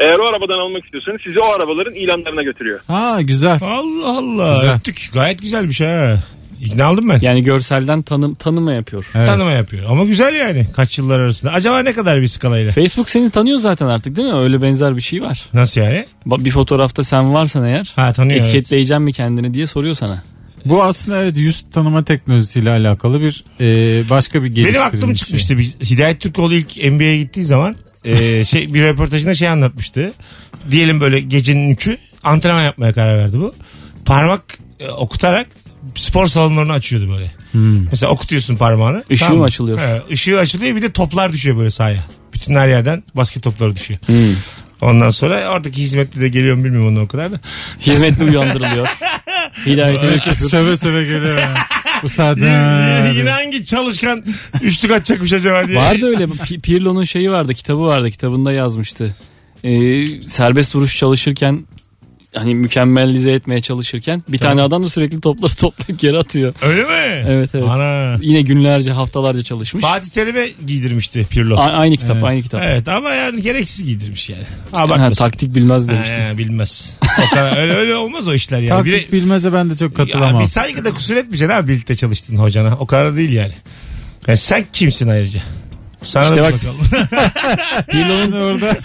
[SPEAKER 14] Eğer o arabadan almak istiyorsanız sizi o arabaların ilanlarına götürüyor.
[SPEAKER 4] Ha güzel.
[SPEAKER 2] Allah Allah.
[SPEAKER 4] Güzel.
[SPEAKER 2] Öptük. Gayet güzelmiş ha. İkna oldum ben.
[SPEAKER 3] Yani görselden tanım tanıma yapıyor.
[SPEAKER 4] Evet.
[SPEAKER 2] Tanıma yapıyor. Ama güzel yani. Kaç yıllar arasında. Acaba ne kadar bir skalayla?
[SPEAKER 3] Facebook seni tanıyor zaten artık değil mi? Öyle benzer bir şey var.
[SPEAKER 2] Nasıl yani?
[SPEAKER 3] Ba- Bir fotoğrafta sen varsan eğer
[SPEAKER 2] Ha tanıyor. evet.
[SPEAKER 3] etiketleyeceğim mi kendini diye soruyor sana.
[SPEAKER 4] Bu aslında evet yüz tanıma teknolojisiyle alakalı bir e, başka bir geliştirilmiş
[SPEAKER 2] Benim aklım
[SPEAKER 4] şey.
[SPEAKER 2] çıkmıştı. Bir, Hidayet Türkoğlu ilk NBA'ye gittiği zaman
[SPEAKER 3] [LAUGHS]
[SPEAKER 2] e, şey bir röportajında şey anlatmıştı. Diyelim böyle gecenin üçü antrenman yapmaya karar verdi bu. Parmak e, okutarak spor salonlarını açıyordu böyle. Mesela okutuyorsun parmağını.
[SPEAKER 3] Hmm. Işığı
[SPEAKER 2] mı?
[SPEAKER 3] mı açılıyor?
[SPEAKER 2] He, ışığı açılıyor bir de toplar düşüyor böyle sahaya. Bütün her yerden basket topları düşüyor.
[SPEAKER 3] Hmm.
[SPEAKER 2] Ondan sonra oradaki hizmetli de geliyor mu bilmiyorum onu o kadar da.
[SPEAKER 3] Hizmetli
[SPEAKER 2] [LAUGHS]
[SPEAKER 3] uyandırılıyor. Hidayetine
[SPEAKER 4] Herkes söve söve geliyor. yani. [LAUGHS] Bu saatte.
[SPEAKER 2] [LAUGHS] Yine, yine hangi çalışkan üçlük atacakmış acaba
[SPEAKER 3] [LAUGHS]
[SPEAKER 2] diye.
[SPEAKER 3] Vardı öyle. Pi- Pirlo'nun şeyi vardı. Kitabı vardı. Kitabında yazmıştı. Ee, serbest vuruş çalışırken hani mükemmellize etmeye çalışırken bir tane adam da sürekli topları [LAUGHS] toplayıp geri atıyor.
[SPEAKER 2] Öyle mi?
[SPEAKER 3] Evet evet.
[SPEAKER 2] Ana.
[SPEAKER 3] Yine günlerce haftalarca çalışmış.
[SPEAKER 2] Fatih Terim'e giydirmişti Pirlo.
[SPEAKER 3] A- aynı kitap aynı kitap.
[SPEAKER 2] Evet ama yani gereksiz giydirmiş yani. Ha
[SPEAKER 3] Ha,
[SPEAKER 2] bakmasın.
[SPEAKER 3] taktik bilmez
[SPEAKER 2] Ha,
[SPEAKER 3] demiştim.
[SPEAKER 2] bilmez. O kadar- öyle, öyle olmaz o işler yani.
[SPEAKER 4] Taktik
[SPEAKER 2] Biri-
[SPEAKER 4] bilmeze ben de çok
[SPEAKER 2] ya,
[SPEAKER 4] katılamam.
[SPEAKER 2] bir saygıda kusur etmeyeceksin abi birlikte çalıştın hocana. O kadar değil yani. Ya sen kimsin ayrıca? Sana
[SPEAKER 3] İşte
[SPEAKER 2] da
[SPEAKER 3] bak-
[SPEAKER 2] bakalım.
[SPEAKER 4] Pilonun orada.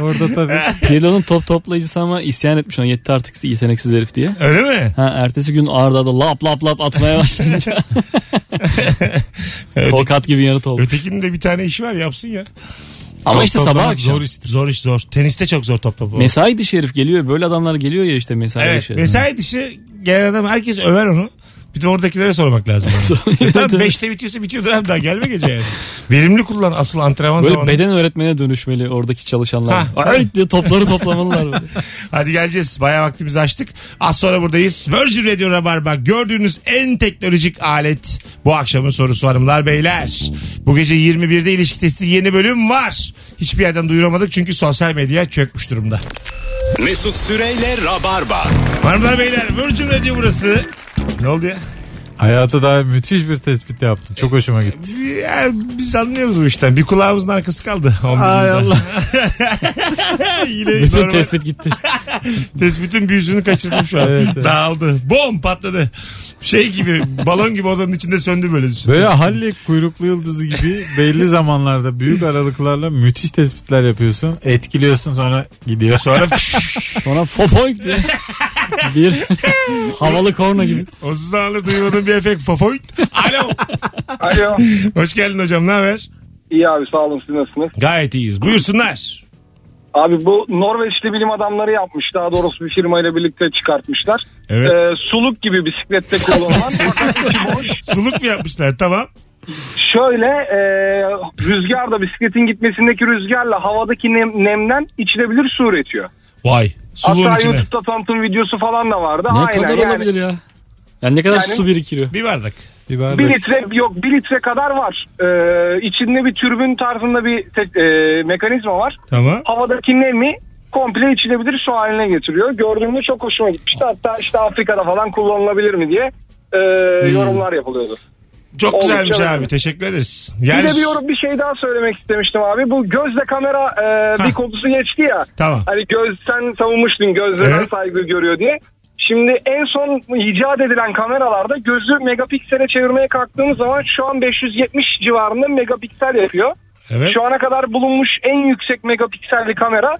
[SPEAKER 4] Orada tabii.
[SPEAKER 3] Pirlo'nun top toplayıcısı ama isyan etmiş ona yetti artık yeteneksiz herif diye.
[SPEAKER 2] [LAUGHS] Öyle mi?
[SPEAKER 3] Ha, ertesi gün Arda da lap lap lap atmaya başlayınca [LAUGHS] tokat gibi yanıt oldu.
[SPEAKER 2] Ötekinin de bir tane işi var yapsın ya.
[SPEAKER 3] Ama işte sabah
[SPEAKER 4] Toplamak
[SPEAKER 3] akşam.
[SPEAKER 4] Zor iştir.
[SPEAKER 2] Zor iş zor. Teniste çok zor top topu.
[SPEAKER 3] Mesai dışı herif geliyor. Böyle adamlar geliyor ya işte mesai
[SPEAKER 2] Evet.
[SPEAKER 3] dışı.
[SPEAKER 2] Mesai dışı gelen adam herkes över onu. Bir de oradakilere sormak lazım. Yani. Tam beşte bitiyorsa bitiyordur abi daha gelme gece yani. Verimli kullan asıl antrenman
[SPEAKER 3] Böyle
[SPEAKER 2] zamanı.
[SPEAKER 3] beden öğretmene dönüşmeli oradaki çalışanlar.
[SPEAKER 2] Ha.
[SPEAKER 3] Ay diye topları toplamalılar. böyle.
[SPEAKER 2] Hadi geleceğiz. Bayağı vaktimizi açtık. Az sonra buradayız. Virgin Radio Rabarba. Gördüğünüz en teknolojik alet. Bu akşamın sorusu hanımlar beyler. Bu gece 21'de ilişki testi yeni bölüm var. Hiçbir yerden duyuramadık çünkü sosyal medya çökmüş durumda.
[SPEAKER 1] Mesut Süreyle Rabarba.
[SPEAKER 2] Hanımlar beyler Virgin Radio burası. Ne oldu ya?
[SPEAKER 4] Hayata dair müthiş bir tespit yaptın. Çok hoşuma gitti.
[SPEAKER 2] Ya biz anlıyoruz bu işten. Bir kulağımızın arkası kaldı. [LAUGHS] 11
[SPEAKER 4] Ay
[SPEAKER 2] yılda.
[SPEAKER 4] Allah.
[SPEAKER 2] Yine
[SPEAKER 3] Bütün
[SPEAKER 2] normal-
[SPEAKER 3] tespit gitti.
[SPEAKER 2] tespitin bir yüzünü
[SPEAKER 6] [LAUGHS]
[SPEAKER 2] kaçırdım şu an. Dağıldı. Bom patladı. Şey gibi balon gibi odanın içinde söndü böyle.
[SPEAKER 4] Böyle Halley kuyruklu yıldızı gibi belli zamanlarda büyük aralıklarla müthiş tespitler yapıyorsun. Etkiliyorsun sonra gidiyor.
[SPEAKER 2] [LAUGHS] Sonra
[SPEAKER 3] Sonra fofoink
[SPEAKER 6] [LAUGHS]
[SPEAKER 3] diye. Bir havalı korna gibi.
[SPEAKER 2] o zamanlı duymadığım bir efekt fofoyt. Alo.
[SPEAKER 6] [LAUGHS] Alo.
[SPEAKER 2] Hoş geldin hocam ne haber?
[SPEAKER 6] İyi abi sağ olun siz nasılsınız?
[SPEAKER 2] Gayet iyiyiz. Buyursunlar.
[SPEAKER 6] Abi bu Norveçli bilim adamları yapmış. Daha doğrusu bir firmayla birlikte çıkartmışlar.
[SPEAKER 2] Evet.
[SPEAKER 6] Ee, suluk gibi bisiklette kullanılan fakat içi boş.
[SPEAKER 2] Suluk mu yapmışlar? Tamam.
[SPEAKER 6] Şöyle e, rüzgarda bisikletin gitmesindeki rüzgarla havadaki nem- nemden içilebilir su üretiyor.
[SPEAKER 2] Vay. Suluğun
[SPEAKER 6] Hatta
[SPEAKER 2] içine.
[SPEAKER 6] YouTube'da tanıtım videosu falan da vardı.
[SPEAKER 3] Ne
[SPEAKER 6] Aynen
[SPEAKER 3] kadar
[SPEAKER 6] yani.
[SPEAKER 3] olabilir ya? Yani ne kadar
[SPEAKER 6] Yani-
[SPEAKER 3] su birikiriyor.
[SPEAKER 2] Bir bardak.
[SPEAKER 4] Bir
[SPEAKER 6] Bir
[SPEAKER 4] bardak.
[SPEAKER 6] litre yok bir litre kadar var. Ee, içinde bir türbün tarzında bir te- e, mekanizma var.
[SPEAKER 2] Tamam.
[SPEAKER 6] Havadaki nemi komple içilebilir su haline getiriyor. Gördüğümde çok hoşuma gitmişti. Hatta işte Afrika'da falan kullanılabilir mi diye e,
[SPEAKER 3] Hmm.
[SPEAKER 6] yorumlar yapılıyordu.
[SPEAKER 2] Çok
[SPEAKER 6] Oldukça
[SPEAKER 2] güzelmiş
[SPEAKER 6] önemli.
[SPEAKER 2] abi. Teşekkür ederiz.
[SPEAKER 6] Bir
[SPEAKER 2] Yani
[SPEAKER 6] de bir yorum bir şey daha söylemek istemiştim abi. Bu gözle kamera e, bir konusu geçti ya.
[SPEAKER 2] Tamam.
[SPEAKER 6] Hani göz sen savunmuştun gözlere
[SPEAKER 2] Evet.
[SPEAKER 6] saygı görüyor diye. Şimdi en son icat edilen kameralarda gözü megapiksele çevirmeye kalktığımız zaman şu an 570 civarında megapiksel yapıyor.
[SPEAKER 2] Evet.
[SPEAKER 6] Şu ana kadar bulunmuş en yüksek megapikselli kamera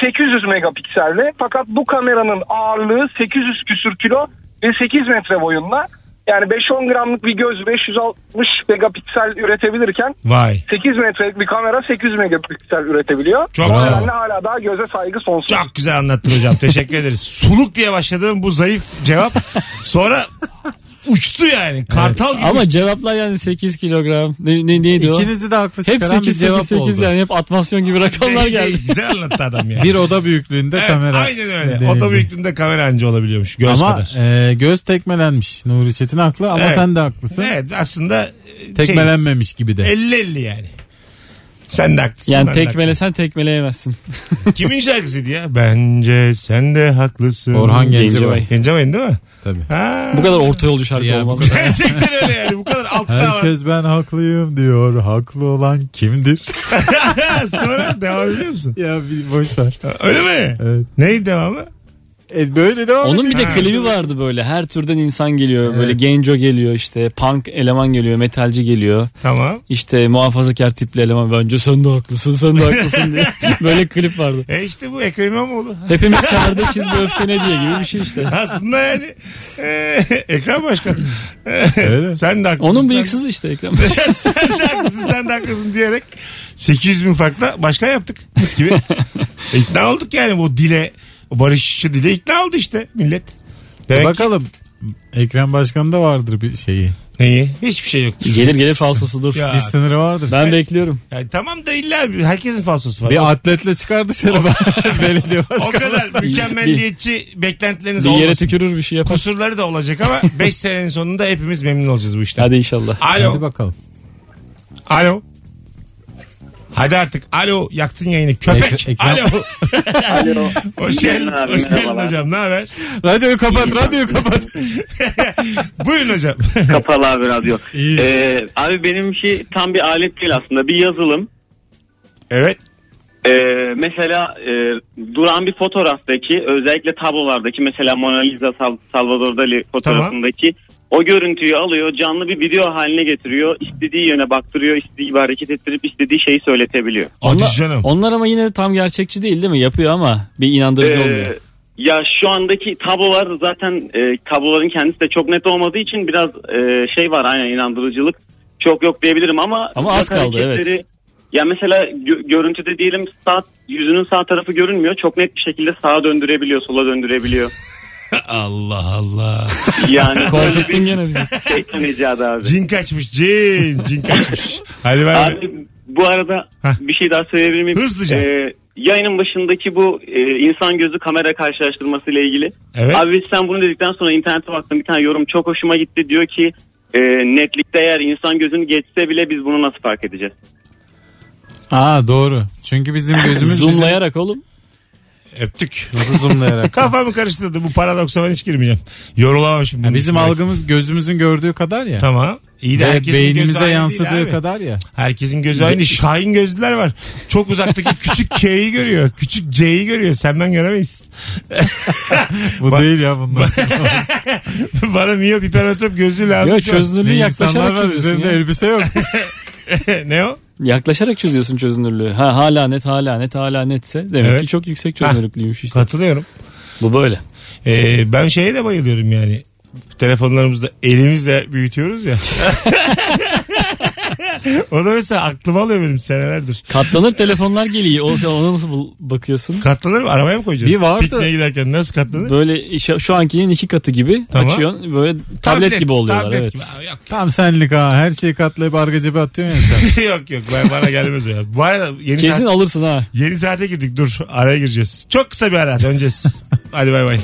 [SPEAKER 6] 800 megapikselli. Fakat bu kameranın ağırlığı 800 küsür kilo ve 8 metre boyunda. Yani 5-10 gramlık bir göz 560 megapiksel üretebilirken
[SPEAKER 2] Vay.
[SPEAKER 6] 8 metrelik bir kamera 800 megapiksel üretebiliyor.
[SPEAKER 2] Çok
[SPEAKER 6] o
[SPEAKER 2] güzel.
[SPEAKER 6] nedenle hala daha göze saygı sonsuz.
[SPEAKER 2] Çok güzel anlattın hocam. Teşekkür ederiz. Suluk diye başladığım bu zayıf cevap sonra uçtu yani. Kartal gibi.
[SPEAKER 3] Ama cevaplar yani 8 kilogram. Ne, ne, neydi o?
[SPEAKER 4] İkinizi de haklı
[SPEAKER 3] Hep
[SPEAKER 4] çıkaran
[SPEAKER 3] 8
[SPEAKER 4] bir
[SPEAKER 3] 8
[SPEAKER 4] cevap
[SPEAKER 3] 8,
[SPEAKER 4] oldu.
[SPEAKER 3] yani hep atmasyon
[SPEAKER 4] [LAUGHS]
[SPEAKER 3] gibi rakamlar
[SPEAKER 2] Değil,
[SPEAKER 3] geldi.
[SPEAKER 2] değil. Güzel anlattı adam yani.
[SPEAKER 4] Bir oda büyüklüğünde
[SPEAKER 2] Evet,
[SPEAKER 4] kamera.
[SPEAKER 2] Aynen öyle.
[SPEAKER 4] denildi.
[SPEAKER 2] Oda büyüklüğünde kamera anca olabiliyormuş. Göz
[SPEAKER 4] ama
[SPEAKER 2] kadar.
[SPEAKER 4] e, göz tekmelenmiş. Nuri Çetin haklı ama
[SPEAKER 2] Evet.
[SPEAKER 4] sen de haklısın.
[SPEAKER 2] Evet aslında e,
[SPEAKER 4] Tekmelenmemiş gibi de.
[SPEAKER 2] şey, 50-50 yani. Sen de haklısın.
[SPEAKER 3] Yani
[SPEAKER 2] ben de haklıyım.
[SPEAKER 3] tekmelesen tekmeleyemezsin.
[SPEAKER 2] Kimin şarkısıydı ya? Bence sen de haklısın.
[SPEAKER 4] Orhan
[SPEAKER 3] Gencebay.
[SPEAKER 4] Gencebay.
[SPEAKER 2] Gencebay'ın değil mi?
[SPEAKER 4] Tabii.
[SPEAKER 2] Ha.
[SPEAKER 3] Bu kadar orta yolcu şarkı
[SPEAKER 4] Ya, bu
[SPEAKER 3] olmaz.
[SPEAKER 2] [LAUGHS] Gerçekten öyle yani. Bu kadar altta var.
[SPEAKER 4] Herkes ben haklıyım diyor. Haklı olan kimdir?
[SPEAKER 2] [LAUGHS] Sonra devam ediyor musun?
[SPEAKER 4] [LAUGHS] ya bir boş ver.
[SPEAKER 2] Öyle mi?
[SPEAKER 4] Evet.
[SPEAKER 2] Neydi devamı?
[SPEAKER 4] E, böyle devam
[SPEAKER 3] Onun bir de
[SPEAKER 2] Ha.
[SPEAKER 3] klibi vardı böyle. Her türden insan geliyor. Böyle genco geliyor işte. Punk eleman geliyor. Metalci geliyor.
[SPEAKER 2] Tamam.
[SPEAKER 3] İşte muhafazakar tipli eleman. Bence sen de haklısın. Sen de haklısın diye. böyle klip vardı.
[SPEAKER 2] E işte bu Ekrem İmamoğlu. [LAUGHS]
[SPEAKER 3] Hepimiz kardeşiz bu öfke ne diye gibi bir şey işte.
[SPEAKER 2] Aslında yani e, Ekrem Başkan. E,
[SPEAKER 4] Öyle.
[SPEAKER 2] Sen de haklısın.
[SPEAKER 3] Onun
[SPEAKER 2] sen-
[SPEAKER 3] bıyıksızı işte Ekrem.
[SPEAKER 2] [LAUGHS] sen de haklısın sen de haklısın diyerek 800 bin farkla başkan yaptık biz gibi. E, ikna olduk yani bu dile o barışçı dile ikna oldu işte millet.
[SPEAKER 4] E
[SPEAKER 2] Demek ki-
[SPEAKER 4] Bakalım. Ekrem Başkan'ın da vardır bir şeyi.
[SPEAKER 2] Neyi? Hiçbir
[SPEAKER 4] [LAUGHS]
[SPEAKER 2] şey yoktur.
[SPEAKER 3] Gelir gelir falsosudur.
[SPEAKER 2] Ya,
[SPEAKER 4] Bir sınırı vardır.
[SPEAKER 3] Ben bekliyorum.
[SPEAKER 2] yani tamam da illa bir- herkesin
[SPEAKER 4] [LAUGHS]
[SPEAKER 2] falsosu var.
[SPEAKER 4] Bir atletle çıkar dışarı. [LAUGHS] Belediye
[SPEAKER 2] o
[SPEAKER 4] başkanı. [LAUGHS]
[SPEAKER 2] kadar mükemmelliyetçi beklentileriniz
[SPEAKER 3] Bir yere
[SPEAKER 2] olmasın.
[SPEAKER 3] tükürür bir şey yapar.
[SPEAKER 2] Kusurları da
[SPEAKER 4] [LAUGHS]
[SPEAKER 2] olacak ama 5 senenin sonunda hepimiz memnun olacağız bu işten.
[SPEAKER 3] Hadi inşallah.
[SPEAKER 2] Alo.
[SPEAKER 4] Hadi bakalım.
[SPEAKER 2] Alo. Hadi artık. Alo yaktın yayını köpek.
[SPEAKER 4] Ek- ekran-
[SPEAKER 2] Alo.
[SPEAKER 5] Alo.
[SPEAKER 2] [LAUGHS] Hoş
[SPEAKER 5] İyi
[SPEAKER 2] geldin.
[SPEAKER 5] abi,
[SPEAKER 2] Hoş geldin
[SPEAKER 5] merhabalar.
[SPEAKER 2] hocam. Ne haber?
[SPEAKER 4] Radyoyu kapat, radyoyu kapat.
[SPEAKER 2] [LAUGHS] Buyurun hocam.
[SPEAKER 5] Kapalı abi radyo.
[SPEAKER 4] İyi.
[SPEAKER 5] Ee, abi benimki tam bir alet değil aslında bir yazılım.
[SPEAKER 2] [LAUGHS] evet.
[SPEAKER 5] Ee, mesela e, duran bir fotoğraftaki özellikle tablolardaki mesela Mona Lisa Sal- Salvador Dali fotoğrafındaki o görüntüyü alıyor canlı bir video haline getiriyor istediği yöne baktırıyor istediği gibi hareket ettirip istediği şeyi söyletebiliyor.
[SPEAKER 2] Hadi
[SPEAKER 3] Onlar-
[SPEAKER 2] canım.
[SPEAKER 3] Onlar ama yine de tam gerçekçi değil değil mi? Yapıyor ama bir inandırıcı olmuyor.
[SPEAKER 5] Ee, ya şu andaki tablolar zaten e, tabloların kendisi de çok net olmadığı için biraz e, şey var aynen inandırıcılık çok yok diyebilirim ama
[SPEAKER 3] Ama az
[SPEAKER 5] zaten
[SPEAKER 3] kaldı, evet.
[SPEAKER 5] hareketleri- Ya mesela gö- görüntüde diyelim saat yüzünün sağ tarafı görünmüyor. Çok net bir şekilde sağa döndürebiliyor, sola döndürebiliyor.
[SPEAKER 2] Allah Allah.
[SPEAKER 3] [LAUGHS]
[SPEAKER 5] Yani böyle
[SPEAKER 3] Korkuttun gene bizi.
[SPEAKER 5] bir teknik icadı abi.
[SPEAKER 2] Cin kaçmış cin. Cin kaçmış. Hadi ben
[SPEAKER 5] Abi bu arada
[SPEAKER 2] Heh.
[SPEAKER 5] bir şey daha söyleyebilir miyim?
[SPEAKER 2] Hızlıca.
[SPEAKER 5] Ee, yayının başındaki bu e, insan gözü kamera karşılaştırması ile ilgili.
[SPEAKER 2] Evet.
[SPEAKER 5] Abi sen bunu dedikten sonra internete baktım bir tane yorum çok hoşuma gitti. Diyor ki e, netlikte eğer insan gözünü geçse bile biz bunu nasıl fark edeceğiz?
[SPEAKER 4] Aa doğru. Çünkü bizim gözümüz bizim-
[SPEAKER 3] Zoomlayarak oğlum.
[SPEAKER 2] öptük.
[SPEAKER 4] Nasıl
[SPEAKER 3] [LAUGHS]
[SPEAKER 4] zoomlayarak?
[SPEAKER 2] Kafamı karıştırdı. Bu paradoksa ben hiç girmeyeceğim. Yorulamamışım.
[SPEAKER 4] Ya
[SPEAKER 2] bunun
[SPEAKER 4] bizim
[SPEAKER 2] üstüne.
[SPEAKER 4] algımız gözümüzün gördüğü kadar ya.
[SPEAKER 2] Tamam. İyi de
[SPEAKER 4] Ve
[SPEAKER 2] herkesin gözü
[SPEAKER 4] beynimize
[SPEAKER 2] aynı değil
[SPEAKER 4] yansıdığı
[SPEAKER 2] abi.
[SPEAKER 4] kadar ya.
[SPEAKER 2] Herkesin gözü aynı. Şahin gözlüler var.
[SPEAKER 3] [LAUGHS]
[SPEAKER 2] Çok uzaktaki küçük K'yi görüyor. Küçük C'yi görüyor. Sen ben göremeyiz. [LAUGHS]
[SPEAKER 4] Bu değil ya bunlar.
[SPEAKER 2] Bana miyop hiperatrop gözlüğü lazım.
[SPEAKER 3] Ya
[SPEAKER 2] şu an.
[SPEAKER 3] çözünürlüğü
[SPEAKER 4] ne insanlar
[SPEAKER 3] yaklaşarak
[SPEAKER 4] var
[SPEAKER 3] çözüyorsun
[SPEAKER 4] üzerinde
[SPEAKER 3] ya.
[SPEAKER 4] elbise
[SPEAKER 3] [LAUGHS]
[SPEAKER 4] yok.
[SPEAKER 2] [LAUGHS] ne o?
[SPEAKER 3] Yaklaşarak çözüyorsun çözünürlüğü. Ha, hala net hala net hala netse demek
[SPEAKER 2] Evet.
[SPEAKER 3] ki çok yüksek çözünürlüklüymüş işte.
[SPEAKER 2] Katılıyorum.
[SPEAKER 3] Bu böyle.
[SPEAKER 2] Ee, ben şeye de bayılıyorum yani. Telefonlarımızda elimizle büyütüyoruz ya. [LAUGHS] o da mesela aklıma alıyor benim senelerdir.
[SPEAKER 3] Katlanır telefonlar geliyor. O, sen ona nasıl bu- bakıyorsun?
[SPEAKER 2] Katlanır mı? Arabaya mı koyacağız?
[SPEAKER 4] Bir vardı.
[SPEAKER 2] Pikniğe giderken nasıl katlanır?
[SPEAKER 3] Böyle şu, şu ankinin iki katı gibi
[SPEAKER 2] Tamam.
[SPEAKER 3] açıyorsun. Böyle tablet, gibi oluyorlar
[SPEAKER 2] tablet
[SPEAKER 3] evet.
[SPEAKER 2] gibi. Aa, Yok
[SPEAKER 4] Tam senlik ha. Her şeyi katlayıp arka cebe atıyorsun ya sen.
[SPEAKER 2] yok yok ben bana gelmez o ya. Bu arada yeni,
[SPEAKER 3] Kesin
[SPEAKER 2] saat-
[SPEAKER 3] alırsın ha.
[SPEAKER 2] yeni saate girdik dur araya gireceğiz. Çok kısa bir ara döneceğiz. Hadi bay bay.